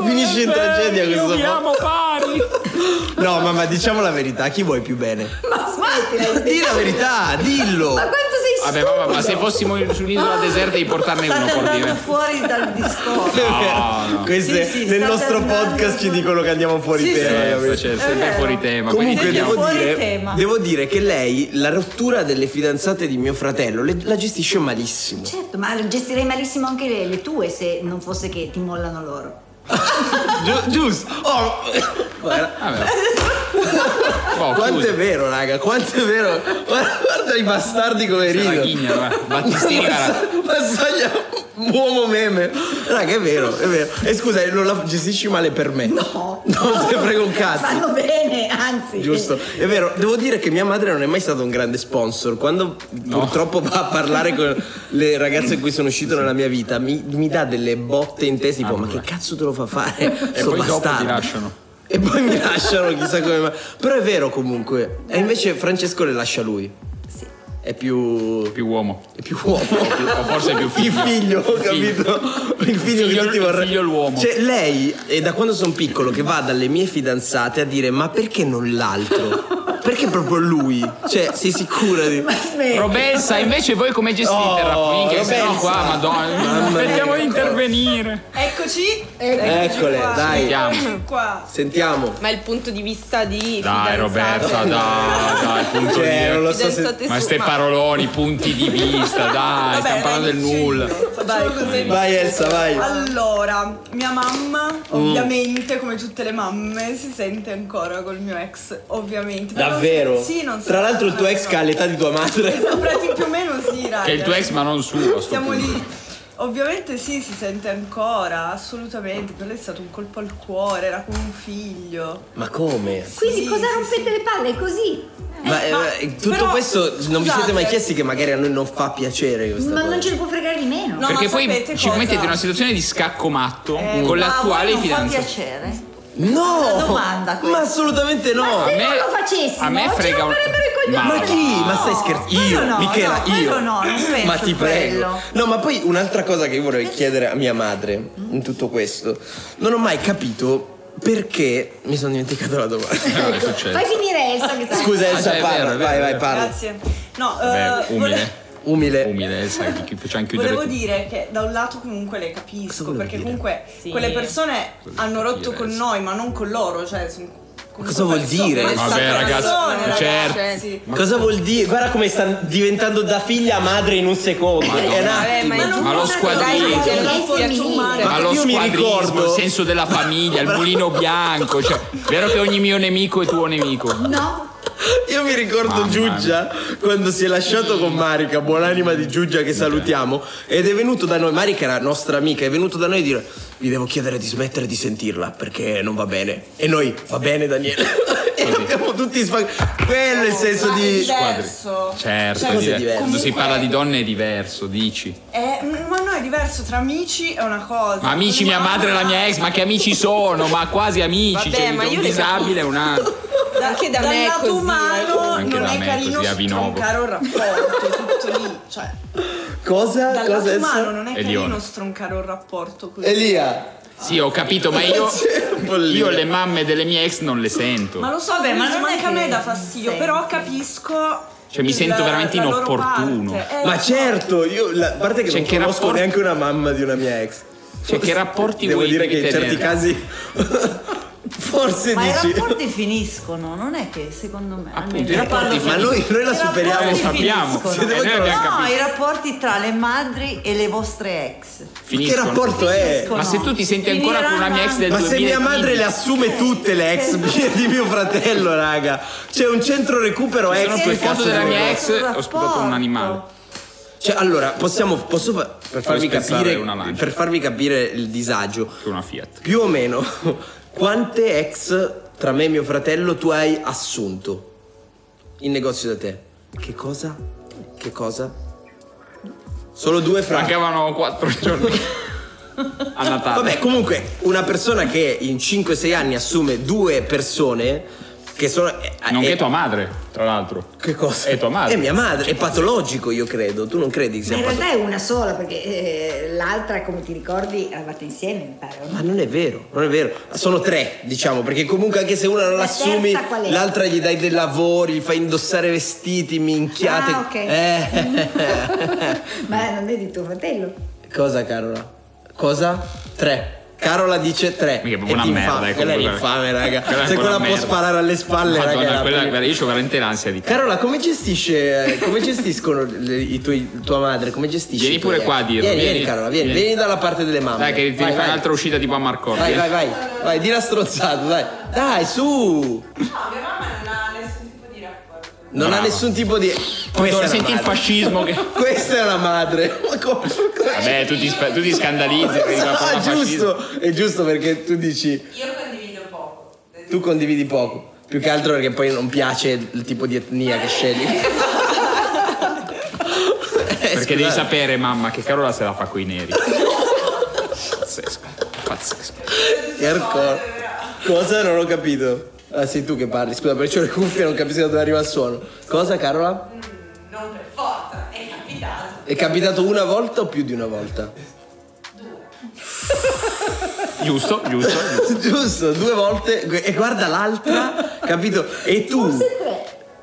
Speaker 1: Finisce in tragedia questo. po-
Speaker 2: pari.
Speaker 1: No, mamma, diciamo la verità, a chi vuoi più bene?
Speaker 3: Ma smettila.
Speaker 1: Dì la verità, dillo.
Speaker 3: Ma quanto sei
Speaker 2: Vabbè,
Speaker 3: stupido.
Speaker 2: vabbè, ma se fossimo su un'isola deserta devi portarne uno,
Speaker 4: State andando
Speaker 2: Cordine.
Speaker 4: fuori dal discorso.
Speaker 2: No, no.
Speaker 1: Queste-
Speaker 4: Sì, sì,
Speaker 1: nel
Speaker 4: state
Speaker 1: nostro
Speaker 4: andando-
Speaker 1: podcast ci dicono che andiamo fuori
Speaker 4: Sì,
Speaker 1: tema.
Speaker 4: sì.
Speaker 1: capito?
Speaker 2: Cioè, sempre
Speaker 4: vero.
Speaker 2: fuori tema. quindi
Speaker 1: Comunque
Speaker 4: Quindi
Speaker 2: chiamo-
Speaker 1: devo
Speaker 4: fuori
Speaker 1: dire,
Speaker 4: tema.
Speaker 1: devo dire che lei la rottura delle fidanzate di mio fratello le- la gestisce malissimo.
Speaker 3: Certo, ma gestirei malissimo anche le, le tue se non fosse che ti mollano loro.
Speaker 1: Giu- giusto. Oh, guarda,
Speaker 2: Vabbè. Boh,
Speaker 1: quanto è
Speaker 2: chiuso.
Speaker 1: vero, raga, quanto è vero. Guarda, guarda i bastardi come
Speaker 2: C'è la
Speaker 1: ridono.
Speaker 2: ghigna, va. Battistini, guarda.
Speaker 1: Massaglia uomo meme. Raga, è vero, è vero. E scusa, eh, non la gestisci male per me.
Speaker 3: No.
Speaker 1: Non te frega un cazzo.
Speaker 3: Fanno bene, anzi.
Speaker 1: Giusto, è vero, devo dire che mia madre non è mai stato un grande sponsor. Quando purtroppo va a parlare con le ragazze con cui sono uscito nella mia vita, mi, mi dà delle botte in testa, tipo, ma che cazzo te lo fa fare?
Speaker 2: E
Speaker 1: Sto
Speaker 2: poi dopo
Speaker 1: bastardo."
Speaker 2: ti lasciano.
Speaker 1: E poi mi lasciano, chissà come mai. Però è vero comunque. E invece Francesco le lascia lui.
Speaker 3: Sì.
Speaker 1: È più.
Speaker 2: Più uomo.
Speaker 1: È più uomo.
Speaker 2: O forse più
Speaker 1: Il
Speaker 2: figlio.
Speaker 1: figlio, ho
Speaker 2: figlio.
Speaker 1: capito? Il figlio, che
Speaker 2: Il figlio-
Speaker 1: tutti
Speaker 2: il
Speaker 1: vorrei.
Speaker 2: figlio è l'uomo.
Speaker 1: Cioè, lei è da quando sono piccolo che va dalle mie fidanzate a dire: Ma perché non l'altro? Perché proprio lui? Cioè, sei sicura di.
Speaker 2: Robessa, invece voi come gestite
Speaker 1: Oh,
Speaker 2: il rapporto? Minchia, se no
Speaker 1: Robessa.
Speaker 2: qua, madonna.
Speaker 1: Mamma mia.
Speaker 2: Aspettiamo di intervenire.
Speaker 5: Eccoci.
Speaker 1: Eccole,
Speaker 5: qua.
Speaker 1: dai.
Speaker 2: Sentiamo.
Speaker 5: Qua.
Speaker 1: Sentiamo.
Speaker 5: Ma il punto di vista di
Speaker 2: Dai, Roberta, dai, dai, punto
Speaker 1: Cioè, non
Speaker 2: di
Speaker 1: lo so se.
Speaker 2: Ma ste paroloni, punti di vista, dai, stiamo parlando del nulla.
Speaker 5: Vai, così.
Speaker 1: Vai, Elsa, vai. Oh.
Speaker 5: Allora, mia mamma, ovviamente, come tutte le mamme, si sente ancora col mio ex, ovviamente. Ma non-
Speaker 1: Davvero?
Speaker 5: Sì, non so.
Speaker 1: Tra l'altro, il tuo ex che ha l'età di tua madre.
Speaker 5: Comprati più o meno sì, raga.
Speaker 2: Che è il tuo ex, ma non suo. a sto
Speaker 5: Siamo
Speaker 2: punto.
Speaker 5: lì. Ovviamente sì, si sente ancora, assolutamente. Per lei è stato un colpo al cuore, era come un figlio.
Speaker 1: Ma come?
Speaker 3: Quindi
Speaker 5: Sì,
Speaker 3: cosa
Speaker 5: sì,
Speaker 3: rompete
Speaker 5: sì.
Speaker 3: le palle così?
Speaker 1: Ma, eh,
Speaker 5: Eh, ma-
Speaker 1: tutto
Speaker 5: però,
Speaker 1: questo non vi siete
Speaker 5: scusate.
Speaker 1: mai chiesti che magari a noi non fa piacere questa
Speaker 3: Ma
Speaker 1: cosa?
Speaker 3: non ce ne può fregare di meno.
Speaker 5: No,
Speaker 2: Perché
Speaker 5: ma
Speaker 2: poi
Speaker 5: sapete
Speaker 2: ci
Speaker 5: cosa?
Speaker 2: mettete in una situazione di scacco matto
Speaker 5: Eh,
Speaker 2: con
Speaker 4: Ma a voi
Speaker 2: l'attuale
Speaker 4: non fa
Speaker 2: fidanzata.
Speaker 4: piacere.
Speaker 1: No!
Speaker 4: Una domanda,
Speaker 1: ma assolutamente no!
Speaker 3: se non lo facessimo,
Speaker 2: a me
Speaker 3: ci
Speaker 2: frega un...
Speaker 3: romperebbero i coglioni.
Speaker 1: Ma
Speaker 2: va.
Speaker 1: chi? Ma stai scherzando? Io,
Speaker 4: quello no,
Speaker 1: Michela,
Speaker 4: no, quello
Speaker 1: io.
Speaker 4: no, non penso
Speaker 1: ma ti
Speaker 4: a quello.
Speaker 1: prego. No, ma poi un'altra cosa che io vorrei chiedere a mia madre in tutto questo. Non ho mai capito perché mi sono dimenticato la domanda.
Speaker 2: Cosa
Speaker 3: Fai
Speaker 2: succede?
Speaker 3: finire Elsa che sta...
Speaker 1: Scusa Elsa,
Speaker 2: Ah, cioè, è
Speaker 1: parla,
Speaker 2: vero, è vero,
Speaker 1: vai,
Speaker 2: è
Speaker 1: vai,
Speaker 2: vero.
Speaker 1: parla.
Speaker 5: Grazie. No,
Speaker 2: Beh,
Speaker 5: eh,
Speaker 2: umile,
Speaker 1: Umile.
Speaker 2: umile, eh, sai, chi- chi- facciamo chiudere
Speaker 5: Volevo
Speaker 2: tutto.
Speaker 5: dire che da un lato comunque le
Speaker 1: Cosa
Speaker 5: capisco,
Speaker 1: volevo
Speaker 5: perché
Speaker 1: dire?
Speaker 5: comunque Sì. quelle
Speaker 2: quelle
Speaker 5: persone
Speaker 2: Cosa
Speaker 5: hanno
Speaker 2: volevo
Speaker 5: rotto
Speaker 2: dire,
Speaker 5: con
Speaker 2: sì.
Speaker 5: noi, ma non con loro, cioè sono comunque
Speaker 1: cosa vuol
Speaker 5: persone-
Speaker 1: dire?
Speaker 5: ma
Speaker 2: Vabbè,
Speaker 5: sono
Speaker 2: ragazzi,
Speaker 5: persone,
Speaker 2: certo.
Speaker 5: ragazzi. Sì.
Speaker 1: Cosa vuol dire? Guarda come sta diventando da figlia a madre in un secondo. È un
Speaker 5: Vabbè,
Speaker 1: attimo.
Speaker 5: ma non
Speaker 2: Ma lo
Speaker 5: posso-
Speaker 2: squadrino.
Speaker 5: dai, che
Speaker 3: Dai,
Speaker 5: non schiaccio
Speaker 3: femminile.
Speaker 5: umano.
Speaker 1: Ma
Speaker 2: Ma lo
Speaker 1: io mi ricordo-
Speaker 2: squadrismo, il senso della famiglia, il mulino bianco, cioè, vero che ogni mio nemico è tuo nemico.
Speaker 3: No,
Speaker 1: Io mi ricordo
Speaker 2: Mamma mia.
Speaker 1: Giuggia quando si è lasciato con Marica, buonanima di Giuggia che salutiamo, ed è venuto da noi, Marica era nostra amica, è venuto da noi a dire vi devo chiedere di smettere di sentirla perché non va bene. E noi, va bene Daniele. e abbiamo tutti sfagato. Quello è il senso
Speaker 5: Ma Cioè, è
Speaker 1: di...
Speaker 5: diverso.
Speaker 2: Certo,
Speaker 5: Cioè,
Speaker 2: è
Speaker 1: cose
Speaker 2: diverso.
Speaker 1: diverse.
Speaker 2: quando si
Speaker 5: Comunque-
Speaker 2: parla di donne è diverso, dici.
Speaker 5: Eh, m- ma no, è diverso tra amici è una cosa.
Speaker 2: Ma amici, mia madre e la mia ex, ma che amici sono? Ma quasi amici,
Speaker 5: Vabbè,
Speaker 2: cioè,
Speaker 5: ma io
Speaker 2: un
Speaker 5: le
Speaker 2: disabile è un altro.
Speaker 5: Da-
Speaker 6: Anche da
Speaker 5: dal
Speaker 6: me è
Speaker 5: lato
Speaker 6: così,
Speaker 5: umano
Speaker 2: Anche
Speaker 5: non
Speaker 2: da
Speaker 5: è
Speaker 2: me è
Speaker 5: carino
Speaker 2: così, a Vinovo.
Speaker 5: stroncare un rapporto, è tutto lì, cioè.
Speaker 1: Cosa?
Speaker 5: Dal
Speaker 1: Cosa
Speaker 5: lato
Speaker 1: è
Speaker 5: umano non è
Speaker 2: E
Speaker 5: carino
Speaker 2: Lione.
Speaker 5: stroncare un rapporto così.
Speaker 1: Elia.
Speaker 2: Sì, ho capito, ma io,
Speaker 1: Bollina.
Speaker 2: io le mamme delle mie ex non le sento.
Speaker 5: Ma lo so,
Speaker 4: Vabbè,
Speaker 5: beh,
Speaker 4: ma
Speaker 5: ma
Speaker 4: non è
Speaker 5: anche a
Speaker 4: che
Speaker 5: me dà fastidio,
Speaker 4: senti.
Speaker 5: però capisco.
Speaker 2: Cioè, mi sento veramente
Speaker 5: loro
Speaker 2: inopportuno.
Speaker 5: parte. Eh,
Speaker 1: Ma certo, io la a parte che
Speaker 2: Cioè,
Speaker 1: non
Speaker 2: che
Speaker 1: conosco
Speaker 2: rapporti-
Speaker 1: neanche una mamma di una mia ex.
Speaker 2: Cioè, che rapporti
Speaker 1: Devo
Speaker 2: vuoi
Speaker 1: dire che in
Speaker 2: tenere?
Speaker 1: certi casi Forse
Speaker 4: Ma
Speaker 1: dici.
Speaker 4: i rapporti finiscono, non è che secondo me.
Speaker 2: Appunto,
Speaker 4: almeno
Speaker 2: i
Speaker 4: io
Speaker 2: rapporti
Speaker 4: parlo
Speaker 2: fin-
Speaker 4: per-
Speaker 1: ma noi- noi la
Speaker 4: i
Speaker 1: superiamo.
Speaker 4: rapporti
Speaker 2: Lo sappiamo,
Speaker 4: finiscono.
Speaker 1: siete voi
Speaker 4: no,
Speaker 1: che non
Speaker 2: l'abbiamo capito.
Speaker 4: i rapporti tra le madri e le vostre ex.
Speaker 1: Che
Speaker 2: Finiscono.
Speaker 1: rapporto è?
Speaker 4: Finiscono.
Speaker 2: Ma se tu ti senti ancora con una mia ex del
Speaker 1: Ma se mia
Speaker 2: 2015,
Speaker 1: madre le assume tutte le ex mie di mio fratello, raga. C'è un centro recupero
Speaker 2: Ci
Speaker 1: ex.
Speaker 2: sono
Speaker 1: che
Speaker 2: quel
Speaker 1: cazzo
Speaker 2: foto della
Speaker 1: ne
Speaker 2: mia
Speaker 1: vuoi?
Speaker 2: ex, ho sputato un animale.
Speaker 1: Cioè, allora, possiamo. Posso fa- per farvi
Speaker 2: spezzare
Speaker 1: capire.
Speaker 2: una lancia.
Speaker 1: Per farvi capire il disagio.
Speaker 2: Che una Fiat.
Speaker 1: Più o meno, quante ex tra me e mio fratello tu hai assunto in negozio da te? Che cosa? Che cosa? Solo due fra.
Speaker 2: Mancavano 4 giorni a Natale.
Speaker 1: Vabbè, comunque, una persona che in 5-6 anni assume due persone che sono. eh,
Speaker 2: Nonché
Speaker 1: eh,
Speaker 2: tua madre, tra l'altro.
Speaker 1: Che cosa?
Speaker 2: È tua madre.
Speaker 1: È mia madre, è patologico, io credo. Tu non credi che
Speaker 3: Ma
Speaker 1: sia
Speaker 3: in
Speaker 1: patologico?
Speaker 3: realtà è una sola, perché eh, l'altra, come ti ricordi, eravate insieme, mi pare. o no?
Speaker 1: Ma non è vero, non è vero. Sono tre, diciamo, perché comunque anche se una non
Speaker 3: La
Speaker 1: l'assumi,
Speaker 3: terza qual è?
Speaker 1: l'altra gli dai dei lavori, gli fai indossare vestiti, minchiate.
Speaker 3: Ah, ok.
Speaker 1: Eh.
Speaker 3: Ma non è di tuo fratello.
Speaker 1: Cosa, Carola? Cosa? Tre. Carola dice tre.
Speaker 2: Mica è
Speaker 1: Ed
Speaker 2: proprio una merda,
Speaker 1: infame.
Speaker 2: eh,
Speaker 1: Quella è
Speaker 2: comunque.
Speaker 1: l'infame, raga.
Speaker 2: Quella è
Speaker 1: Se
Speaker 2: ancora
Speaker 1: quella
Speaker 2: una
Speaker 1: può
Speaker 2: merda.
Speaker 1: sparare alle spalle, raga.
Speaker 2: Madonna,
Speaker 1: la
Speaker 2: quella-
Speaker 1: prima.
Speaker 2: guarda, io ho veramente l'ansia di
Speaker 1: Carola, come gestisce, come gestiscono le- i tuoi, tua madre? Come gestisce?
Speaker 2: Vieni
Speaker 1: i tuoi
Speaker 2: pure qua a
Speaker 1: ex?
Speaker 2: dirlo,
Speaker 1: Vieni, vieni,
Speaker 2: vieni.
Speaker 1: Carola, vieni,
Speaker 2: Vieni.
Speaker 1: vieni dalla parte delle mamme.
Speaker 2: Dai, che ti
Speaker 1: Vai,
Speaker 2: fai
Speaker 1: vai.
Speaker 2: un'altra uscita tipo a Marcotti.
Speaker 1: Vai,
Speaker 2: eh.
Speaker 1: vai, vai, vai, di la strozzata, dai. Dai, su!
Speaker 6: No, mia mamma non ha nessun tipo di rapporto.
Speaker 1: Non
Speaker 2: Brava.
Speaker 1: ha nessun tipo di.
Speaker 2: Poi
Speaker 1: Questa è
Speaker 2: dovrei
Speaker 1: una
Speaker 2: sentire il
Speaker 1: madre.
Speaker 2: fascismo che...
Speaker 1: Questa è una madre. Ma come? come-
Speaker 2: Vabbè, tu ti, spa- tu ti scandalizzi per il
Speaker 1: Ah,
Speaker 2: rapporto fascismo.
Speaker 1: giusto, è giusto perché tu dici,
Speaker 6: Io condivido poco. Adesso
Speaker 1: tu condividi poco. Più che altro perché poi non piace il tipo di etnia che scegli. Eh,
Speaker 2: Perché devi sapere, mamma, che Carola se la fa coi neri. pazzesco, pazzesco.
Speaker 1: Erco. Cosa? Non ho capito. Ah, sei tu che parli, scusa, perché ho le cuffie e non capisco da dove arriva il suono. Cosa, Carola?
Speaker 6: Mm, Non per forza, è capitato.
Speaker 1: È capitato una volta o più di una volta?
Speaker 2: Giusto, giusto.
Speaker 1: Giusto, due volte e guarda l'altra, capito? E tu?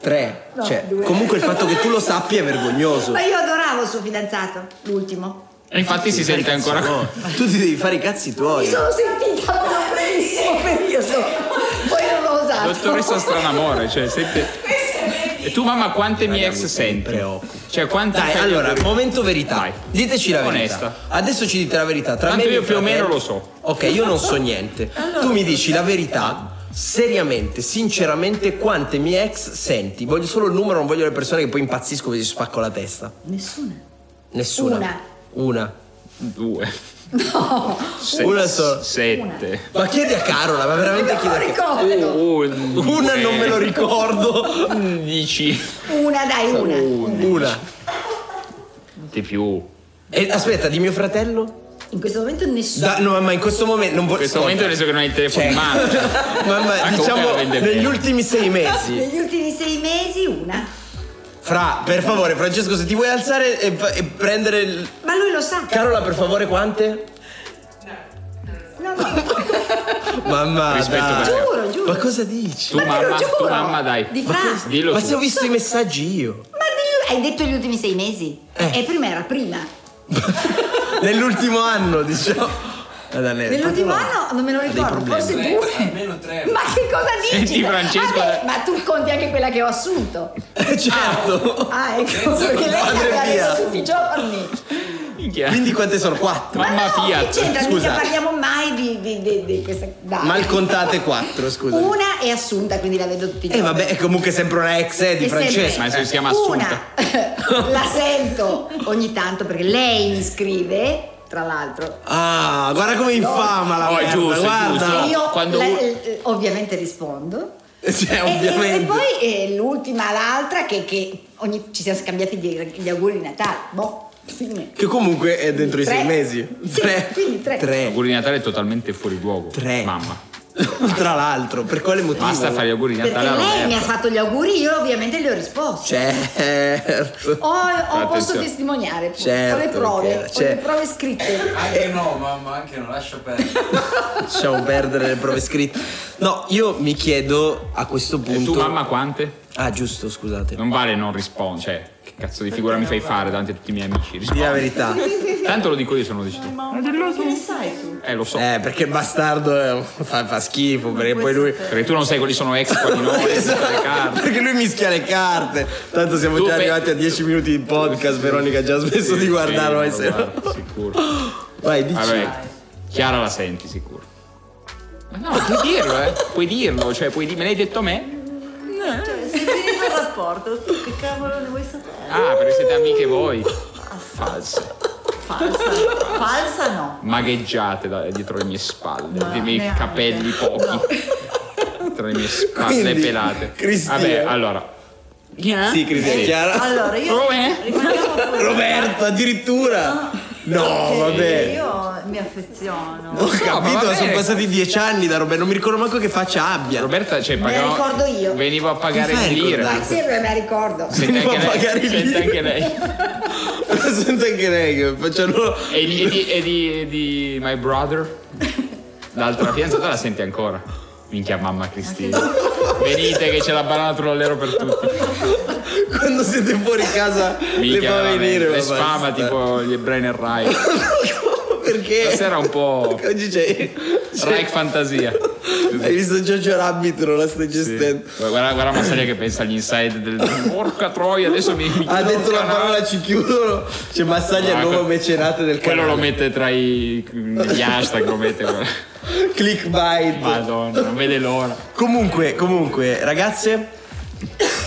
Speaker 1: Tre. cioè, comunque il fatto che tu lo sappia è vergognoso.
Speaker 3: Ma io adoravo il suo fidanzato, l'ultimo.
Speaker 2: E infatti si sente ancora...
Speaker 1: No, tu ti devi fare i cazzi tuoi.
Speaker 3: Sono sentita per un brevissimo periodo. Poi non l'ho usato.
Speaker 2: Dottoressa Stranamore, cioè, sente...
Speaker 6: Questo è vero.
Speaker 2: E tu, mamma, quante mie ex
Speaker 1: mi
Speaker 2: senti?
Speaker 1: preoccupo.
Speaker 2: Cioè, quante...
Speaker 1: Dai,
Speaker 2: fai-
Speaker 1: allora, momento verità.
Speaker 2: Vai.
Speaker 1: Diteci la
Speaker 2: Onesta.
Speaker 1: verità. Adesso ci dite la verità. Tra
Speaker 2: Tanto
Speaker 1: me e
Speaker 2: io
Speaker 1: mio
Speaker 2: più o
Speaker 1: fratello-
Speaker 2: meno lo so.
Speaker 1: Ok, io non so niente. tu mi dici la verità. Seriamente, sinceramente, quante mie ex senti? Voglio solo il numero, non voglio le persone che poi impazzisco e si spacco la testa.
Speaker 3: Nessuna.
Speaker 1: Nessuna.
Speaker 3: Una.
Speaker 1: Una.
Speaker 2: Due.
Speaker 1: Una sola.
Speaker 2: Sette.
Speaker 1: Ma chiedi a Carola, ma veramente chiedi a Carola.
Speaker 3: Ricordo.
Speaker 2: Un-
Speaker 1: Una non me lo ricordo.
Speaker 2: Undici.
Speaker 3: Una, dai, una.
Speaker 1: Una.
Speaker 2: Di più.
Speaker 1: E aspetta, di mio fratello?
Speaker 3: In questo momento nessuno.
Speaker 1: Da- no, ma in questo momento non
Speaker 2: In questo momento adesso che non hai il telefono in mano.
Speaker 1: Mamma,
Speaker 2: Ah,
Speaker 1: diciamo
Speaker 2: comunque la vende
Speaker 1: negli
Speaker 2: bene.
Speaker 1: ultimi sei mesi.
Speaker 3: Negli ultimi sei mesi una.
Speaker 1: Fra, per favore, Francesco, se ti vuoi alzare e, fa- e prendere il...
Speaker 3: Ma lui lo sa.
Speaker 1: Carola, per favore, quante?
Speaker 3: No, no,
Speaker 1: Mamma,
Speaker 2: Rispetto
Speaker 1: dai.
Speaker 2: per-
Speaker 3: giuro, giuro.
Speaker 1: Ma cosa dici?
Speaker 2: Tu
Speaker 3: Ma te lo
Speaker 2: mamma, tu
Speaker 3: giuro.
Speaker 2: mamma dai.
Speaker 3: Di fra.
Speaker 2: Ma- Dillo
Speaker 1: Ma
Speaker 2: tu.
Speaker 1: se ho visto i messaggi io.
Speaker 3: Ma negli- hai detto gli ultimi sei mesi?
Speaker 1: Eh.
Speaker 3: E prima era prima.
Speaker 1: Nell'ultimo anno, diciamo. Madonna,
Speaker 3: Nell'ultimo
Speaker 1: proprio-
Speaker 3: anno non me lo
Speaker 1: dei
Speaker 3: ricordo,
Speaker 1: problemi.
Speaker 3: forse due. Ma che cosa dici?
Speaker 2: Senti, Francesco,
Speaker 3: Vabbè, ma tu conti anche quella che ho assunto.
Speaker 1: Eh, Certo.
Speaker 3: Ah, ecco, perché lei
Speaker 1: Madre
Speaker 3: cambia
Speaker 1: mia.
Speaker 3: adesso tutti i giorni.
Speaker 2: Minchia.
Speaker 1: Quindi quante sono? Quattro.
Speaker 3: Ma
Speaker 2: Mamma
Speaker 3: no,
Speaker 2: Fiat.
Speaker 3: che c'entra?
Speaker 1: Scusa.
Speaker 3: Mica parliamo mai di, di- di- di questa... Dai.
Speaker 1: Mal contate quattro, scusa.
Speaker 3: Una è assunta, quindi la vedo tutti i
Speaker 1: E
Speaker 3: giorni.
Speaker 1: Eh, vabbè, è comunque sempre una ex eh, di
Speaker 3: E sempre-
Speaker 1: Francesco.
Speaker 2: Ma se si chiama
Speaker 3: Una,
Speaker 2: Assunta.
Speaker 3: la sento ogni tanto perché lei mi scrive, tra l'altro,
Speaker 1: Ah, guarda come infama la
Speaker 2: Oh, è
Speaker 1: merda,
Speaker 2: giusto, è
Speaker 1: guarda.
Speaker 2: No,
Speaker 3: e io
Speaker 2: quando
Speaker 3: la-
Speaker 2: u- Eh,
Speaker 3: eh, ovviamente rispondo.
Speaker 1: Cioè,
Speaker 3: E- E,
Speaker 1: ovviamente.
Speaker 3: e poi eh, l'ultima, l'altra, che, che ogni- ci siamo scambiati gli, gli auguri di Natale. Boh, fine.
Speaker 1: Che comunque è dentro i
Speaker 3: Tre.
Speaker 1: sei mesi.
Speaker 3: Sì, quindi tre.
Speaker 2: Gli auguri di Natale è totalmente fuori luogo.
Speaker 1: Tre.
Speaker 2: Mamma.
Speaker 1: Tra l'altro, per quale motivo?
Speaker 2: Basta fare gli auguri di
Speaker 3: Perché
Speaker 2: Natale a
Speaker 3: lei mi ha
Speaker 2: Roberto.
Speaker 3: fatto gli auguri, io ovviamente le ho risposto.
Speaker 1: Cioè, Certo.
Speaker 3: O, o posso
Speaker 2: Attenzione.
Speaker 3: testimoniare, poi.
Speaker 1: Certo,
Speaker 3: ho le prove,
Speaker 1: Michela,
Speaker 3: ho le
Speaker 1: certo.
Speaker 3: prove
Speaker 2: Esatto.
Speaker 3: scritte.
Speaker 7: Anche no, mamma, anche no, lascia perdere.
Speaker 1: Lasciamo perdere le prove scritte. No, io mi chiedo a questo
Speaker 2: E
Speaker 1: punto.
Speaker 2: tu mamma quante?
Speaker 1: Ah, giusto, scusate.
Speaker 2: Non vale non rispondere. Cioè, cazzo di figura mi fai fare davanti a tutti i miei amici?
Speaker 1: Dì la
Speaker 2: Rispondi.
Speaker 1: verità. Eh,
Speaker 2: Tanto lo dico io se non lo dici tu.
Speaker 4: Che ne sai tu?
Speaker 2: Eh, lo so.
Speaker 1: Eh, perché il bastardo è un- fa, fa schifo, perché poi lui.
Speaker 2: Perché tu non sai quali sono ex, quali no, ex, quali carte.
Speaker 1: Perché lui mischia le carte. Tanto siamo
Speaker 2: Tu
Speaker 1: già
Speaker 2: pe-
Speaker 1: arrivati a 10 minuti di podcast. Veronica ha già smesso di guardarlo.
Speaker 2: Eh, Sì,
Speaker 1: e eh, se no-
Speaker 2: guarda, Sicuro.
Speaker 1: Vai, dici.
Speaker 2: Vabbè, Chiara la senti sicuro. Ma no, puoi dirlo, eh. Puoi dirlo, cioè puoi dire, me l'hai detto a me?
Speaker 4: Cioè, se è finito il rapporto, tu che cavolo ne vuoi sapere?
Speaker 2: Ah, perché siete amiche voi.
Speaker 3: Ah,
Speaker 2: False.
Speaker 4: Falsa. Falsa no.
Speaker 2: Magheggiate da- dietro le mie spalle,
Speaker 4: Ma
Speaker 2: dei miei
Speaker 4: neanche.
Speaker 2: capelli pochi. Tra le mie spalle
Speaker 1: Quindi,
Speaker 2: pelate.
Speaker 1: Cristina.
Speaker 2: Vabbè, allora.
Speaker 1: Sì, Cristina,
Speaker 2: Sì.
Speaker 1: Chiara.
Speaker 4: Allora, io
Speaker 2: Come?
Speaker 4: rimaniamo pure-
Speaker 1: Roberto, addirittura. No, vabbè.
Speaker 4: Io mi affeziono.
Speaker 1: Ho
Speaker 2: ma va
Speaker 1: capito,
Speaker 2: bene.
Speaker 1: sono passati dieci anni da Roberto, non mi ricordo manco che faccia abbia.
Speaker 2: Roberta, cioè,
Speaker 3: la
Speaker 2: pagavo-
Speaker 3: ricordo io.
Speaker 2: Venivo a pagare
Speaker 1: Ti fai
Speaker 2: in lire.
Speaker 1: ricordare?
Speaker 3: Ma sì, me la ricordo.
Speaker 2: Sente
Speaker 1: Venivo a
Speaker 2: anche
Speaker 1: pagare
Speaker 2: lei.
Speaker 1: in
Speaker 2: Sente
Speaker 1: lire.
Speaker 2: anche lei.
Speaker 1: Sento anche lei che facciano.
Speaker 2: E di, e di- e di- e di My Brother? L'altra fidanzata la senti ancora? Minchia mamma Cristina. Venite che c'è la banana trollero per tutti.
Speaker 1: Quando siete fuori casa le
Speaker 2: Minchia,
Speaker 1: fa
Speaker 2: veramente.
Speaker 1: venire.
Speaker 2: le
Speaker 1: ma
Speaker 2: sfama
Speaker 1: basta.
Speaker 2: tipo gli Brain e Rai.
Speaker 1: Perché?
Speaker 2: Stasera un po'
Speaker 1: Oggi c'è.
Speaker 2: Reich fantasia.
Speaker 1: Hai visto Jojo Rabbit, non la stai
Speaker 2: Sì.
Speaker 1: gestendo.
Speaker 2: Guarda, guarda Massalia che pensa agli inside del porca troia, adesso mi, mi
Speaker 1: Ha
Speaker 2: chiudo il
Speaker 1: detto la
Speaker 2: canale.
Speaker 1: parola, ci chiudono. C'è Massaglia, il
Speaker 2: Ah,
Speaker 1: nuovo
Speaker 2: que-
Speaker 1: mecenate del
Speaker 2: Quello lo
Speaker 1: canale.
Speaker 2: mette tra i gli hashtag, lo mette.
Speaker 1: Clickbait.
Speaker 2: Madonna, non vede l'ora.
Speaker 1: Comunque, comunque, ragazze,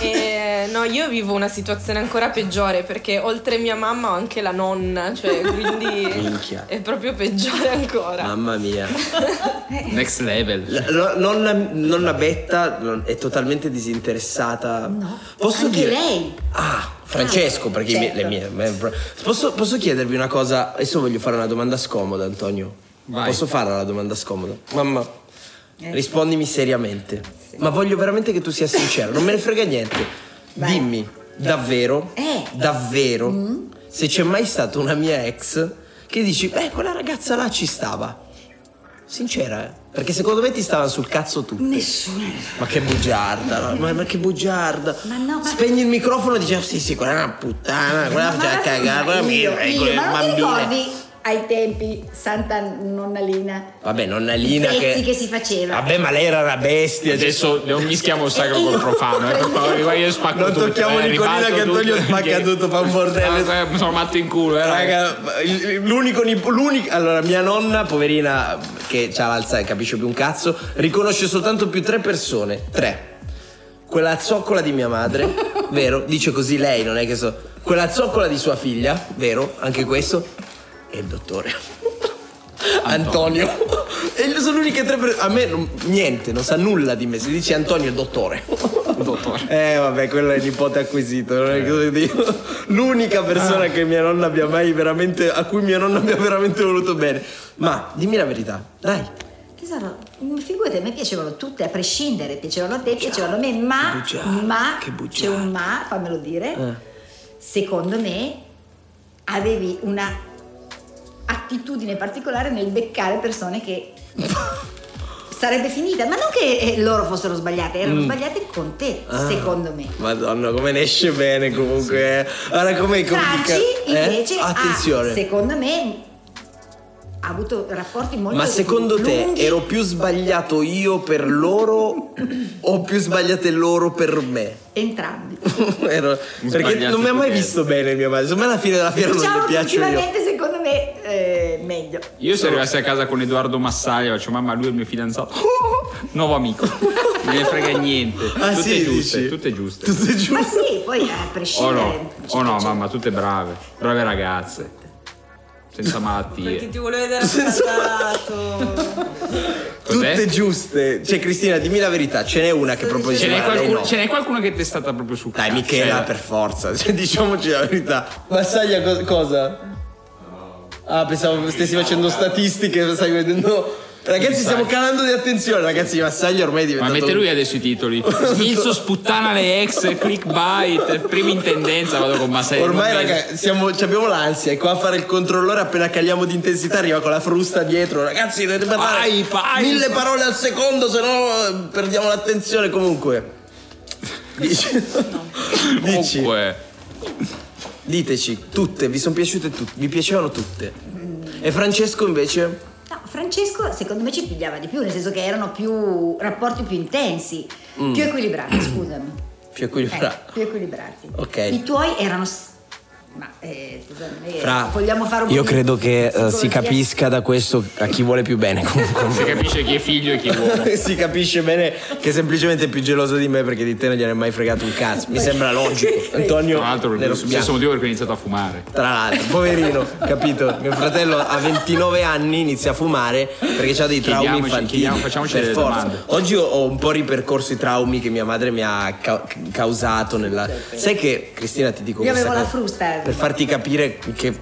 Speaker 8: Eh, no, io vivo una situazione ancora peggiore perché oltre mia mamma ho anche la nonna, cioè quindi
Speaker 1: Minchia.
Speaker 8: è proprio peggiore ancora.
Speaker 1: mamma mia.
Speaker 2: Next level.
Speaker 1: La- la- nonna, nonna Betta non- è totalmente disinteressata. Posso
Speaker 3: Anche
Speaker 1: dire...
Speaker 3: lei. certo.
Speaker 1: Ah, Francesco, perché i miei- le mie... me- bro- Posso, posso chiedervi una cosa? Adesso voglio fare una domanda scomoda, Antonio.
Speaker 2: Vai.
Speaker 1: Posso farla la domanda scomoda?
Speaker 3: Eh,
Speaker 1: Mamma, rispondimi seriamente. Ma voglio veramente che tu sia sincero, non me ne frega niente. Dimmi, davvero,
Speaker 3: Eh. Mm.
Speaker 1: davvero, se c'è mai stata una mia ex che dici, beh, quella ragazza là ci stava. Sincera, eh. Perché secondo me ti stavano sul cazzo tutti.
Speaker 3: Nessuno.
Speaker 1: Ma che bugiarda, no? ma, ma che bugiarda.
Speaker 3: Ma no, ma-
Speaker 1: Spegni il microfono e dici, "Oh, sì, sì, quella è una puttana, quella
Speaker 3: Ma
Speaker 1: c'è a
Speaker 3: ragazzi,
Speaker 1: cagare, quella mi
Speaker 3: io- io,
Speaker 1: regole,
Speaker 3: Ma non ti
Speaker 1: bambina.
Speaker 3: ricordi ai tempi Santa Nonnalina?
Speaker 1: Vabbè, nonna
Speaker 3: I
Speaker 1: Lina che...
Speaker 3: pezzi che si faceva.
Speaker 1: Vabbè, ma lei era una bestia. cioè,
Speaker 2: Adesso non mischiamo il sacro col profano, eh, per favore, guarda, io spacco
Speaker 1: Non
Speaker 2: tutto,
Speaker 1: tocchiamo
Speaker 2: eh,
Speaker 1: Nicolina
Speaker 2: ribalto
Speaker 1: che Antonio
Speaker 2: tutto,
Speaker 1: spacca
Speaker 2: perché-
Speaker 1: tutto, fa un bordello.
Speaker 2: Ah, eh, Mi sono matto in culo, eh, raga.
Speaker 1: Raga, il- l'unico, nip- l'unico. Allora, mia nonna, poverina, che ha l'Alzheimer, capisce più un cazzo, riconosce soltanto più tre persone. Tre. Quella zoccola di mia madre, vero? Dice così lei, non è che so. Quella zoccola di sua figlia, vero? Anche questo. E il dottore. Antonio. E sono le uniche tre persone. A me non- niente, non sa nulla di me. Si dice Antonio il dottore.
Speaker 2: Dottore.
Speaker 1: Eh vabbè, quello è il nipote acquisito, non è cosa dico. L'unica persona che mia nonna abbia mai veramente a cui mia nonna abbia veramente voluto bene. Ma dimmi la verità, dai.
Speaker 3: Tesoro, mm, figurati, a me piacevano tutte, a prescindere, piacevano a te, piacevano a me, ma,
Speaker 1: che bugiarda,
Speaker 3: ma,
Speaker 1: che Eh.
Speaker 3: c'è
Speaker 1: bugiarda.
Speaker 3: un ma, fammelo dire, secondo me avevi una attitudine particolare nel beccare persone che sarebbe finita, ma non che eh, loro fossero sbagliate,
Speaker 1: Mm.
Speaker 3: erano sbagliate con te,
Speaker 1: Ah.
Speaker 3: secondo me.
Speaker 1: Madonna, come ne esce bene comunque. eh. Ora come come
Speaker 3: Franci
Speaker 1: dica- eh?
Speaker 3: invece ha,
Speaker 1: Attenzione.
Speaker 3: secondo me ha avuto rapporti molto
Speaker 1: Ma secondo te
Speaker 3: lunghi.
Speaker 1: ero più sbagliato io per loro o più sbagliate loro per me?
Speaker 3: entrambi.
Speaker 1: Ero- perché
Speaker 2: Sbagliati
Speaker 1: non mi ha mai
Speaker 2: perché-
Speaker 1: visto bene mia madre. Secondo me alla fine della fiera non
Speaker 3: Diciamo
Speaker 1: gli
Speaker 3: che
Speaker 1: piaccio io.
Speaker 3: ultimamente secondo me eh, meglio.
Speaker 2: Io se arrivassi a casa con Edoardo Massaglia faccio mamma lui è il mio fidanzato. Nuovo amico. Non ne frega niente.
Speaker 1: Ah,
Speaker 2: tutte
Speaker 1: sì,
Speaker 2: giuste,
Speaker 1: dici?
Speaker 2: tutte giuste.
Speaker 1: Tutte
Speaker 3: Ma
Speaker 1: giuste.
Speaker 3: sì, poi a
Speaker 2: Oh
Speaker 3: prescindere.
Speaker 2: no, oh no, mamma, tutte brave. Brave ragazze. Senza
Speaker 5: Perché
Speaker 2: malattie.
Speaker 5: ti vuole vedere affettato.
Speaker 2: Cos'è?
Speaker 1: Tutte giuste. Cioè, Cristina, dimmi la verità, ce n'è una che proprio
Speaker 2: Ce n'è,
Speaker 1: ma lei
Speaker 2: qualcuno,
Speaker 1: no.
Speaker 2: ce n'è qualcuno che ti è stata proprio su
Speaker 1: Dai, Michela, per forza. Cioè, diciamoci la verità. Massaglia co- cosa? Ah, pensavo stessi facendo statistiche, stai vedendo. Ragazzi, stiamo calando di attenzione, ragazzi. Massaglia ormai è
Speaker 2: Ma
Speaker 1: diventato.
Speaker 2: mette lui adesso i titoli. Smilso sputtana le ex, clickbait, primi in tendenza, vado con Masai.
Speaker 1: Ormai,
Speaker 2: Non vedo.
Speaker 1: raga, siamo, ci abbiamo l'ansia. È qua a fare il controllore. Appena caliamo di intensità, arriva con la frusta dietro. Ragazzi, dovete parlare
Speaker 2: Vai, vai.
Speaker 1: mille parole al secondo, se no eh, perdiamo l'attenzione. Comunque, dici, dici
Speaker 2: Comunque,
Speaker 1: Diteci tutte, vi sono piaciute tutte, vi piacevano tutte.
Speaker 3: Mm.
Speaker 1: E Francesco invece?
Speaker 3: No, Francesco secondo me ci pigliava di più, nel senso che erano più rapporti più intensi,
Speaker 1: Mm.
Speaker 3: più equilibrati, scusami.
Speaker 1: Più
Speaker 3: Eh,
Speaker 1: equilibrato.
Speaker 3: più equilibrati.
Speaker 1: Ok.
Speaker 3: I tuoi erano. s- Ma eh, scusami, eh,
Speaker 1: Fra,
Speaker 3: vogliamo fare un
Speaker 1: io
Speaker 3: po' di
Speaker 1: credo che eh, si
Speaker 3: psicologia?
Speaker 1: capisca da questo a chi vuole più bene comunque.
Speaker 2: Si capisce chi è figlio e chi è uomo.
Speaker 1: si capisce bene che semplicemente è più geloso di me perché di te non gliene è mai fregato un cazzo. Mi sembra logico. Antonio,
Speaker 2: Tra l'altro, per
Speaker 1: nero
Speaker 2: lo
Speaker 1: su
Speaker 2: stesso
Speaker 1: bianco.
Speaker 2: motivo per cui ho iniziato a fumare.
Speaker 1: Tra l'altro, poverino, capito? Mio fratello a 29 anni inizia a fumare perché ha dei traumi
Speaker 2: Chiediamoci-
Speaker 1: infantili.
Speaker 2: chiediamo- facciamoci
Speaker 1: per
Speaker 2: delle
Speaker 1: forza.
Speaker 2: domande.
Speaker 1: Oggi ho- ho un po' ripercorso i traumi che mia madre mi ha ca- causato nella... Sai che, Cristina, ti dico
Speaker 3: Io
Speaker 1: questa
Speaker 3: avevo la
Speaker 1: cosa,
Speaker 3: frusta. eh,
Speaker 1: Per farti capire che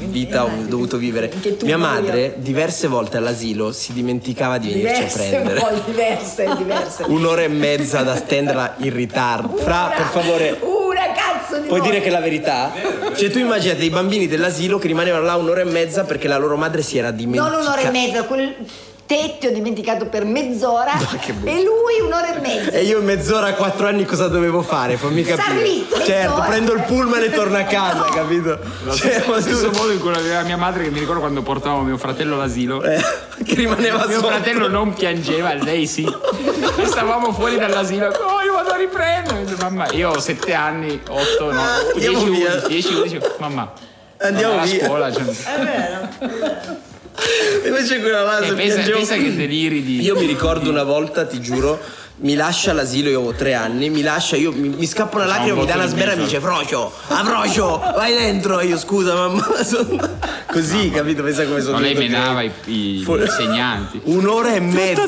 Speaker 1: vita ho dovuto vivere.
Speaker 3: Che tu
Speaker 1: Mia
Speaker 3: voglia.
Speaker 1: madre diverse volte all'asilo si dimenticava di venirci a
Speaker 3: Diverse,
Speaker 1: prendere.
Speaker 3: poi diverse, diverse.
Speaker 1: Un'ora e mezza da stenderla in ritardo. Fra,
Speaker 3: Una-
Speaker 1: per favore,
Speaker 3: Una cazzo di
Speaker 1: Puoi
Speaker 3: volta.
Speaker 1: dire che è la verità? Cioè, tu immaginate i bambini dell'asilo che rimanevano là un'ora e mezza perché la loro madre si era dimenticata.
Speaker 3: Non un'ora e mezza, quel tetti ho dimenticato per mezz'ora
Speaker 1: che brutto.
Speaker 3: e lui un'ora e mezza.
Speaker 1: E io mezz'ora a quattro anni cosa dovevo fare? Fammi
Speaker 3: Star
Speaker 1: capire.
Speaker 3: lì, mezz'ora.
Speaker 1: certo, prendo il pullman e torno a casa, capito? Cioè, ma
Speaker 2: Allo stesso
Speaker 1: tu-
Speaker 2: modo in cui aveva mia madre, che mi ricordo quando portavo mio fratello all'asilo.
Speaker 1: che Eh, rimaneva
Speaker 2: Mio
Speaker 1: solo.
Speaker 2: fratello non piangeva, lei sì. E stavamo fuori dall'asilo. Oh, io vado a riprendere. Dice, Mamma, io ho 7 anni, 8, no,
Speaker 1: Ah, Andiamo
Speaker 2: 10,
Speaker 1: via.
Speaker 2: 11, 10, 11. Mamma,
Speaker 1: Andiamo
Speaker 2: a
Speaker 1: via. Eh,
Speaker 2: scuola. Cioè,
Speaker 1: Invece quella là
Speaker 2: e
Speaker 1: se
Speaker 2: Cioè, pensa,
Speaker 1: piangevo-
Speaker 2: pensa che deliri di.
Speaker 1: Io mi ricordo una volta, ti giuro, mi lascia all'asilo, io avevo tre anni, mi lascia, io, mi, mi scappa una lacrima, mi dà una sberra e mi dice Frocio, Avrocio, vai dentro! E io scusa mamma, sono... Così, capito? Pensa come sono
Speaker 2: No, lei
Speaker 1: dovuto
Speaker 2: menava
Speaker 1: cre-
Speaker 2: i, i
Speaker 1: Fu-
Speaker 2: insegnanti.
Speaker 1: Un'ora e mezza.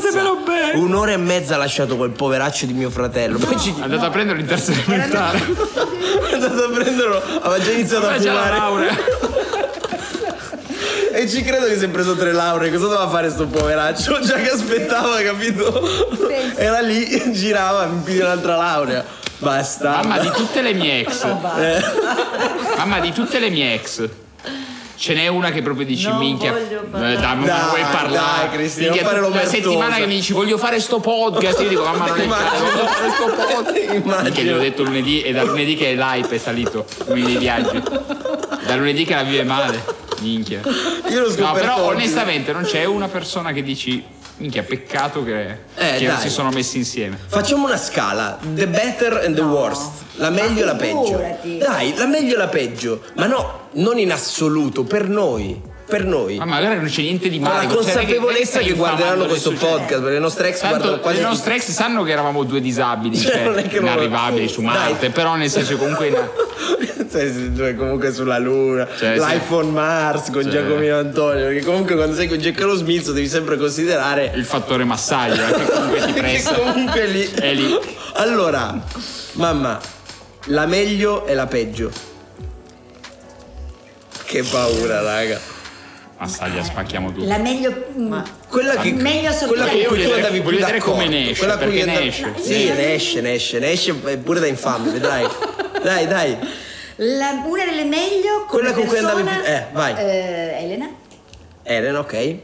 Speaker 1: Un'ora e mezza ha lasciato quel poveraccio di mio fratello. Poi ci
Speaker 2: È andato a prendere in terza elementare.
Speaker 1: è andato a prenderlo, aveva già iniziato a
Speaker 2: Aveva già la
Speaker 1: fumare.
Speaker 2: laurea.
Speaker 1: E ci credo che si è preso tre lauree. Cosa doveva fare sto poveraccio? Già che aspettava, capito? Era lì, girava, mi piglia un'altra laurea.
Speaker 4: Ah.
Speaker 1: Basta.
Speaker 2: Mamma di tutte le mie ex. Eh. Mamma di tutte le mie ex. Ce n'è una che proprio dici
Speaker 4: Non
Speaker 2: minchia.
Speaker 4: voglio
Speaker 2: eh,
Speaker 4: parlare."
Speaker 2: dai, ma
Speaker 1: Dai,
Speaker 2: non vuoi parlare.
Speaker 1: dai, Cristina,
Speaker 2: Minchia,
Speaker 1: non fare
Speaker 2: la
Speaker 1: l'omertosa.
Speaker 2: settimana che mi dici voglio fare sto podcast, io dico mamma non è il caso, voglio fare sto podcast. Minchia, gliel'ho detto lunedì e da lunedì che è l'hype è salito, lui dei viaggi. Da lunedì che la vive male. Minchia.
Speaker 1: Io l'ho scoperto.
Speaker 2: No, però
Speaker 1: oggi.
Speaker 2: onestamente non c'è una persona che dici minchia, peccato che,
Speaker 1: Eh,
Speaker 2: che non
Speaker 1: dai.
Speaker 2: si sono messi insieme.
Speaker 1: Facciamo una scala: The better and the worst. La meglio e la peggio.
Speaker 3: figurati.
Speaker 1: Dai, la meglio e la peggio. Ma no, non in assoluto, per noi. Per noi.
Speaker 2: Ma magari non c'è niente di
Speaker 1: Con la
Speaker 2: male. cioè, non è non è
Speaker 1: consapevolezza che
Speaker 2: stai
Speaker 1: guarderanno
Speaker 2: infamando
Speaker 1: questo
Speaker 2: nessuno.
Speaker 1: podcast, perché le nostre ex guardano
Speaker 2: Tanto
Speaker 1: quasi
Speaker 2: le
Speaker 1: tutto.
Speaker 2: nostre ex sanno che eravamo due disabili,
Speaker 1: Cioè,
Speaker 2: cioè,
Speaker 1: non è che non-
Speaker 2: inarrivabili su
Speaker 1: Dai.
Speaker 2: Marte, però nel senso comunque na-
Speaker 1: Cioè, si- cioè, comunque sulla luna,
Speaker 2: Cioè, sì.
Speaker 1: l'iPhone Mars con Giacomino Antonio. Perché comunque quando sei con Giacomo Smith devi sempre considerare
Speaker 2: il fattore massaggio eh, che comunque ti
Speaker 1: che
Speaker 2: pressa.
Speaker 1: comunque è lì.
Speaker 2: È lì.
Speaker 1: Allora, mamma, la meglio e la peggio. Che paura, raga.
Speaker 2: Massaglia, spacchiamo tutto.
Speaker 3: La meglio. mm,
Speaker 1: Quella che,
Speaker 3: Meglio
Speaker 1: quella
Speaker 3: assorbire.
Speaker 1: con
Speaker 3: Io
Speaker 1: cui tu
Speaker 2: voglio-
Speaker 1: andavi più
Speaker 2: voglio vedere
Speaker 1: d'accordo.
Speaker 2: come ne esce,
Speaker 1: Quella con cui
Speaker 2: perché ne
Speaker 1: andavi-
Speaker 2: esce.
Speaker 1: Sì, ne esce, ne esce, ne esce pure da infame, vedrai. Dai, dai.
Speaker 3: La- una delle meglio. come
Speaker 1: Quella con cui andavi
Speaker 3: persona,
Speaker 1: più- eh, vai.
Speaker 3: eh, Elena.
Speaker 1: Elena, ok.
Speaker 3: Eh,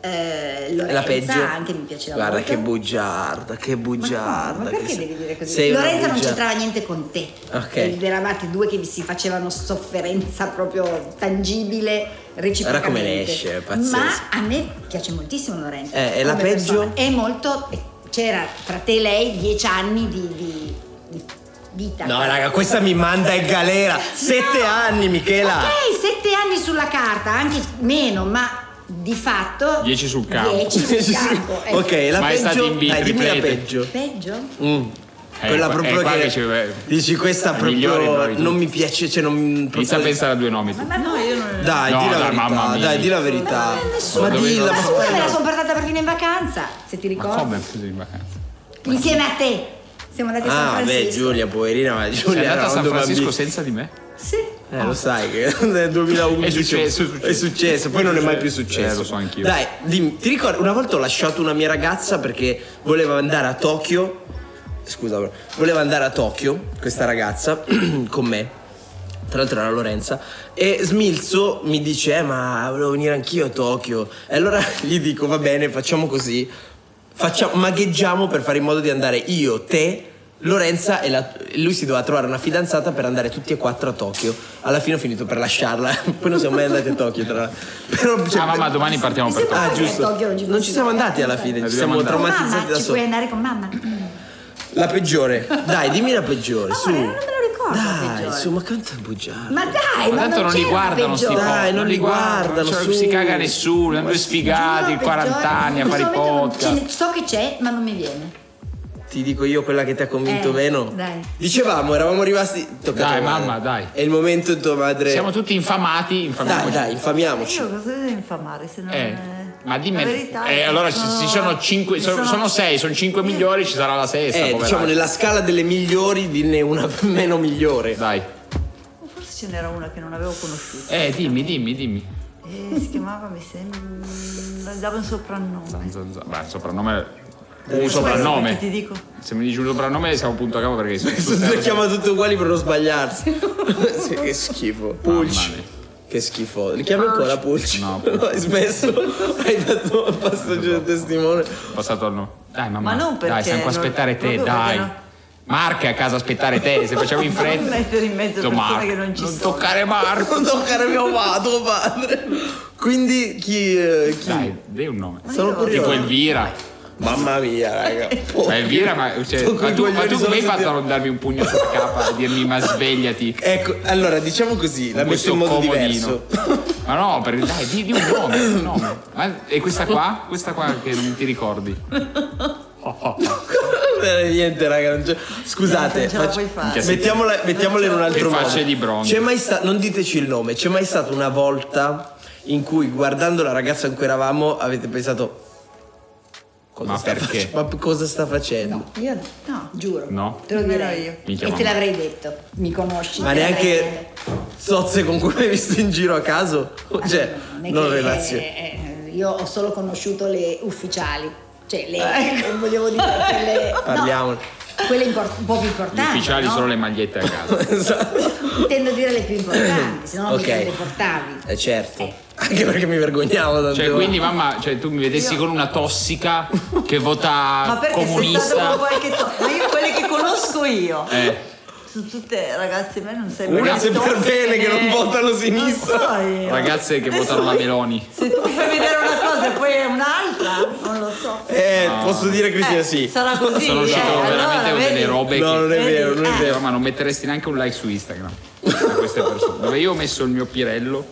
Speaker 1: È
Speaker 3: Lorenza
Speaker 1: la peggio.
Speaker 3: anche mi piaceva
Speaker 1: Guarda
Speaker 3: molto.
Speaker 1: che bugiarda, che bugiarda.
Speaker 3: Ma
Speaker 1: che
Speaker 3: perché
Speaker 1: sei-
Speaker 3: devi dire così?
Speaker 1: sei una
Speaker 3: Lorenza non
Speaker 1: bugia-
Speaker 3: c'entrava niente con te.
Speaker 1: Ok.
Speaker 3: Ed eravate due che vi si facevano sofferenza proprio tangibile, reciprocamente.
Speaker 1: Guarda come ne esce, è pazzesco.
Speaker 3: Ma a me piace moltissimo Lorenza.
Speaker 1: Eh, è la
Speaker 3: come
Speaker 1: peggio?
Speaker 3: persona. È molto. C'era tra te e lei dieci anni di, di- di vita.
Speaker 1: No, raga, questa mi manda in galera. Sette anni, Michela.
Speaker 3: Ok, sette anni sulla carta, anche meno, ma di fatto.
Speaker 2: Dieci sul campo.
Speaker 3: Dieci sul campo. ecco.
Speaker 1: ok, la
Speaker 2: Ma è stato
Speaker 1: peggio.
Speaker 2: in vita,
Speaker 1: Dai, dimmi la
Speaker 2: riprete.
Speaker 1: peggio.
Speaker 3: Peggio?
Speaker 1: Mm.
Speaker 2: Eh,
Speaker 1: Quella
Speaker 2: qua-
Speaker 1: proprio
Speaker 2: eh, qua
Speaker 1: che,
Speaker 2: che ci- eh,
Speaker 1: dici questa proprio
Speaker 2: migliori provi tu.
Speaker 1: non mi piace, cioè non
Speaker 2: Inizia a
Speaker 1: proprio-
Speaker 2: pensare a due nomi. tu.
Speaker 3: Ma no, io non
Speaker 1: Dai,
Speaker 2: No,
Speaker 1: di la
Speaker 2: dai, mamma
Speaker 1: verità,
Speaker 2: mia.
Speaker 1: dai, di la verità. Ma
Speaker 2: Dove
Speaker 1: dilla,
Speaker 2: non-
Speaker 1: ma
Speaker 3: Ma scusa, me la
Speaker 1: spara-
Speaker 3: sono portata perfino in vacanza, se ti
Speaker 2: Ma
Speaker 3: ricordi.
Speaker 2: come scusi, in vacanza?
Speaker 3: Insieme a te. Siamo andati a San
Speaker 1: Ah, beh,
Speaker 3: Francisco.
Speaker 1: Giulia, poverina, ma Giulia
Speaker 2: Sei
Speaker 1: era
Speaker 2: andata a San
Speaker 1: un
Speaker 2: Francisco
Speaker 1: bambino.
Speaker 2: senza di me?
Speaker 3: Sì.
Speaker 1: Eh, lo sai che nel 2011
Speaker 2: È successo, è successo.
Speaker 1: è successo, poi non è mai più successo.
Speaker 2: Eh, lo so anch'io.
Speaker 1: Dai, dimmi, ti ricordi una volta ho lasciato una mia ragazza perché voleva andare a Tokyo. Scusa, però, voleva andare a Tokyo, questa ragazza con me. Tra l'altro era Lorenza e Smilzo mi dice: Eh, ma volevo venire anch'io a Tokyo. E allora gli dico: Va bene, facciamo così. Facciamo, magheggiamo per fare in modo di andare io, te Lorenza e la- lui si doveva trovare una fidanzata per andare tutti e quattro a Tokyo. Alla fine ho finito per lasciarla. Poi non siamo mai andati a Tokyo, tra l'altro. Però, cioè,
Speaker 2: Ah, mamma, domani partiamo
Speaker 3: Mi
Speaker 2: per
Speaker 3: sembra
Speaker 1: Ah,
Speaker 3: che a
Speaker 1: giusto.
Speaker 3: Tokyo non ci
Speaker 1: Non ci siamo andati alla
Speaker 2: Eh,
Speaker 1: fine, ci
Speaker 2: dobbiamo
Speaker 1: siamo
Speaker 2: andare.
Speaker 3: Con
Speaker 1: traumatizzati
Speaker 3: mamma,
Speaker 1: da
Speaker 3: ci puoi
Speaker 1: soli.
Speaker 3: andare con mamma?
Speaker 1: La peggiore. Dai, dimmi la peggiore, su.
Speaker 3: Ah, non me lo ricordo la
Speaker 1: Dai,
Speaker 3: peggiore.
Speaker 1: su, ma canta bugiardo.
Speaker 3: Ma dai, ma,
Speaker 2: Ma tanto non li
Speaker 3: c'era
Speaker 2: guardano sti
Speaker 3: peggiore.
Speaker 2: po',
Speaker 1: Dai, non li guardano,
Speaker 2: cioè,
Speaker 1: su.
Speaker 2: si caga nessuno, hanno due sfigati,
Speaker 3: Giuro, peggiore.
Speaker 2: 40 anni a
Speaker 3: In
Speaker 2: fare i
Speaker 3: questo momento non-
Speaker 2: podcast.
Speaker 3: ce ne- So che c'è, ma non mi viene.
Speaker 1: Ti dico io quella che ti ha convinto
Speaker 3: Eh,
Speaker 1: meno.
Speaker 3: dai.
Speaker 1: Dicevamo, eravamo rimasti. tocca a
Speaker 2: Dai,
Speaker 1: tua madre.
Speaker 2: mamma, dai.
Speaker 1: È il momento di tua madre.
Speaker 2: Siamo tutti infamati,
Speaker 1: Dai,
Speaker 2: infamiamoci.
Speaker 1: dai, infamiamoci.
Speaker 4: Io cosa devo infamare se non...
Speaker 2: Eh, ma
Speaker 4: La
Speaker 2: dimmi,
Speaker 4: verità
Speaker 2: eh,
Speaker 4: è che
Speaker 2: allora ci ci sono 5, sono, sono 6, sono 5 migliori, ci sarà la sesta,
Speaker 1: Eh,
Speaker 2: poveraccio.
Speaker 1: diciamo nella scala delle migliori, dirne una meno migliore.
Speaker 2: Dai.
Speaker 4: Forse ce n'era una che non avevo conosciuto.
Speaker 2: Eh, dimmi, dimmi, dimmi.
Speaker 4: E Eh, si chiamava, mi sembra... Dava un soprannome.
Speaker 2: Zanza- Beh, il soprannome. Un
Speaker 1: Questo
Speaker 4: Eh, Che ti
Speaker 2: soprannome.
Speaker 4: dico?
Speaker 2: Se mi dici un soprannome siamo punto a capo perché sono
Speaker 1: Sono
Speaker 2: tutte-
Speaker 1: tutte chiamate tutte uguali per non sbagliarsi. Sì, che schifo.
Speaker 2: mia.
Speaker 1: Pulci. Che schifo. Li chiami ancora Pulci?
Speaker 2: No, Pulci. Esatto.
Speaker 1: Pulci. Hai smesso? Hai dato un passaggio del testimone.
Speaker 2: passato al nome. Dai, mamma.
Speaker 4: Ma non
Speaker 2: Dai,
Speaker 4: perché
Speaker 2: stiamo qua a
Speaker 4: non-
Speaker 2: aspettare te,
Speaker 4: proprio
Speaker 2: dai.
Speaker 4: perché no.
Speaker 2: Marca a casa a aspettare te, se facciamo in
Speaker 4: Non
Speaker 2: fretta.
Speaker 4: mettere in mezzo
Speaker 2: Detto,
Speaker 4: persone
Speaker 2: Marco,
Speaker 4: che non ci
Speaker 2: Eh, non
Speaker 4: sono.
Speaker 2: toccare Marco.
Speaker 1: Non toccare mio padre, tuo padre. Quindi chi... eh, chi?
Speaker 2: Dai, dai un nome.
Speaker 1: Sono
Speaker 2: Tipo
Speaker 1: curioso.
Speaker 2: Elvira.
Speaker 1: Mamma mia, raga.
Speaker 2: Ma Elvira, ma, cioè,
Speaker 1: Sono
Speaker 2: ma
Speaker 1: quei
Speaker 2: tu, ma
Speaker 1: coglioni
Speaker 2: tu come hai
Speaker 1: solo
Speaker 2: fatto a
Speaker 1: sentire-
Speaker 2: non darmi un pugno sulla capa e dirmi ma svegliati?
Speaker 1: Ecco, allora diciamo così, la metto
Speaker 2: questo
Speaker 1: in modo
Speaker 2: comodino.
Speaker 1: diverso.
Speaker 2: Ma no, perché dai, di, di un nome, un nome. Ma, e questa qua? Questa qua che non ti ricordi?
Speaker 1: Eh, Niente, raga, non c'è- Scusate,
Speaker 4: Non ce la puoi fare.
Speaker 1: mettiamola, mettiamola in un altro
Speaker 2: Che
Speaker 1: modo.
Speaker 2: facce di bronzo.
Speaker 1: C'è mai sta- non diteci il nome, c'è mai stata una volta in cui guardando la ragazza con cui eravamo avete pensato cosa
Speaker 2: Ma
Speaker 1: sta
Speaker 2: perché?
Speaker 1: fac- ma p- cosa sta facendo?
Speaker 3: Io no, giuro.
Speaker 2: No?
Speaker 3: Te lo dirò io.
Speaker 2: Minchia,
Speaker 3: e te
Speaker 2: mamma.
Speaker 3: l'avrei detto. Mi conosci.
Speaker 1: Ma
Speaker 3: te l'avrei
Speaker 1: neanche
Speaker 3: detto.
Speaker 1: zozze con cui l'hai visto in giro a caso? Cioè,
Speaker 3: Non è
Speaker 1: non
Speaker 3: che-
Speaker 1: relazioni.
Speaker 3: eh, eh, io ho solo conosciuto le ufficiali. Cioè, le.
Speaker 1: Ah, ecco.
Speaker 3: Non volevo dire quelle. no,
Speaker 1: Parliamone.
Speaker 3: quelle impor- un po' più
Speaker 2: Gli
Speaker 3: importanti.
Speaker 2: ufficiali
Speaker 3: no?
Speaker 2: sono le magliette a casa.
Speaker 3: Intendo dire le più importanti, se no non
Speaker 1: Ok.
Speaker 3: mica me le portavi.
Speaker 1: Eh certo. Anche perché mi vergognavo tante
Speaker 2: Cioè,
Speaker 1: volte.
Speaker 2: quindi, mamma, cioè, tu mi vedessi con una tossica che
Speaker 4: Ma
Speaker 2: vota
Speaker 4: perché sei stato con
Speaker 2: comunista.
Speaker 4: qualche... to- Ma io quelle che conosco io.
Speaker 2: Eh,
Speaker 4: Sono tutte ragazze, a me non sembra...
Speaker 1: Ragazze per bene che non votano
Speaker 4: Non
Speaker 1: sinistra.
Speaker 4: so io.
Speaker 2: ragazze che
Speaker 4: Adesso
Speaker 2: votano la
Speaker 4: poi-
Speaker 2: Meloni.
Speaker 4: Se tu fai vedere una cosa e poi è un'altra, non lo so.
Speaker 1: Eh, posso dire Cristina sì.
Speaker 4: Sarà così.
Speaker 2: Sono uscito
Speaker 4: eh, allora,
Speaker 2: veramente con delle
Speaker 4: vedi?
Speaker 2: robe
Speaker 1: No,
Speaker 2: che.
Speaker 4: Eh,
Speaker 1: non è vero, non è
Speaker 2: Vero,
Speaker 1: vero.
Speaker 2: ma non metteresti neanche un like su Instagram a queste persone. Dove io ho messo il mio Pirello,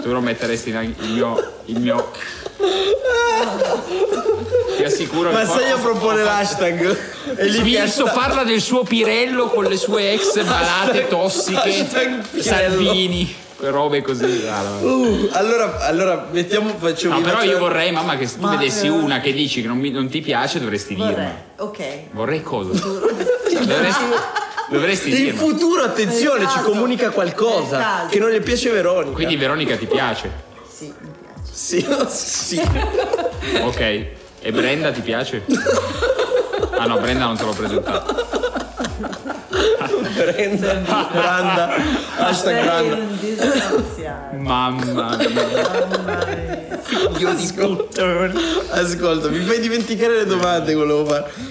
Speaker 2: tu non metteresti neanche il mio. Il mio... Ti assicuro
Speaker 1: Ma
Speaker 2: che
Speaker 1: se io propone l'hashtag e gli piace
Speaker 2: Smirso parla del suo Pirello con le sue ex balate tossiche,
Speaker 1: hashtag Pirello.
Speaker 2: Salvini, robe così. Ah, no.
Speaker 1: Uh, allora, allora mettiamo facciamo
Speaker 2: No,
Speaker 1: vi
Speaker 2: però
Speaker 1: faccio-
Speaker 2: io vorrei, mamma, che se tu
Speaker 1: eh.
Speaker 2: vedessi una che dici che non, mi- non ti piace, dovresti
Speaker 4: Vorrei.
Speaker 2: dirmi.
Speaker 4: Ok.
Speaker 2: Vorrei cosa? dovresti, dovresti
Speaker 1: in
Speaker 2: dirmi.
Speaker 1: futuro attenzione ci
Speaker 4: Esatto.
Speaker 1: comunica qualcosa
Speaker 4: Esatto.
Speaker 1: che non le piace Veronica.
Speaker 2: Quindi Veronica ti piace,
Speaker 4: Sì, mi piace.
Speaker 1: Sì, sì.
Speaker 2: ok? E Brenda ti piace? Ah no, Brenda non te l'ho presentata.
Speaker 1: Brenda, Branda, hashtag
Speaker 4: Sei
Speaker 1: Branda.
Speaker 4: un disgraziato.
Speaker 2: Mamma mia.
Speaker 1: Ascolta, ascolta, mi fai dimenticare le domande che volevo fare.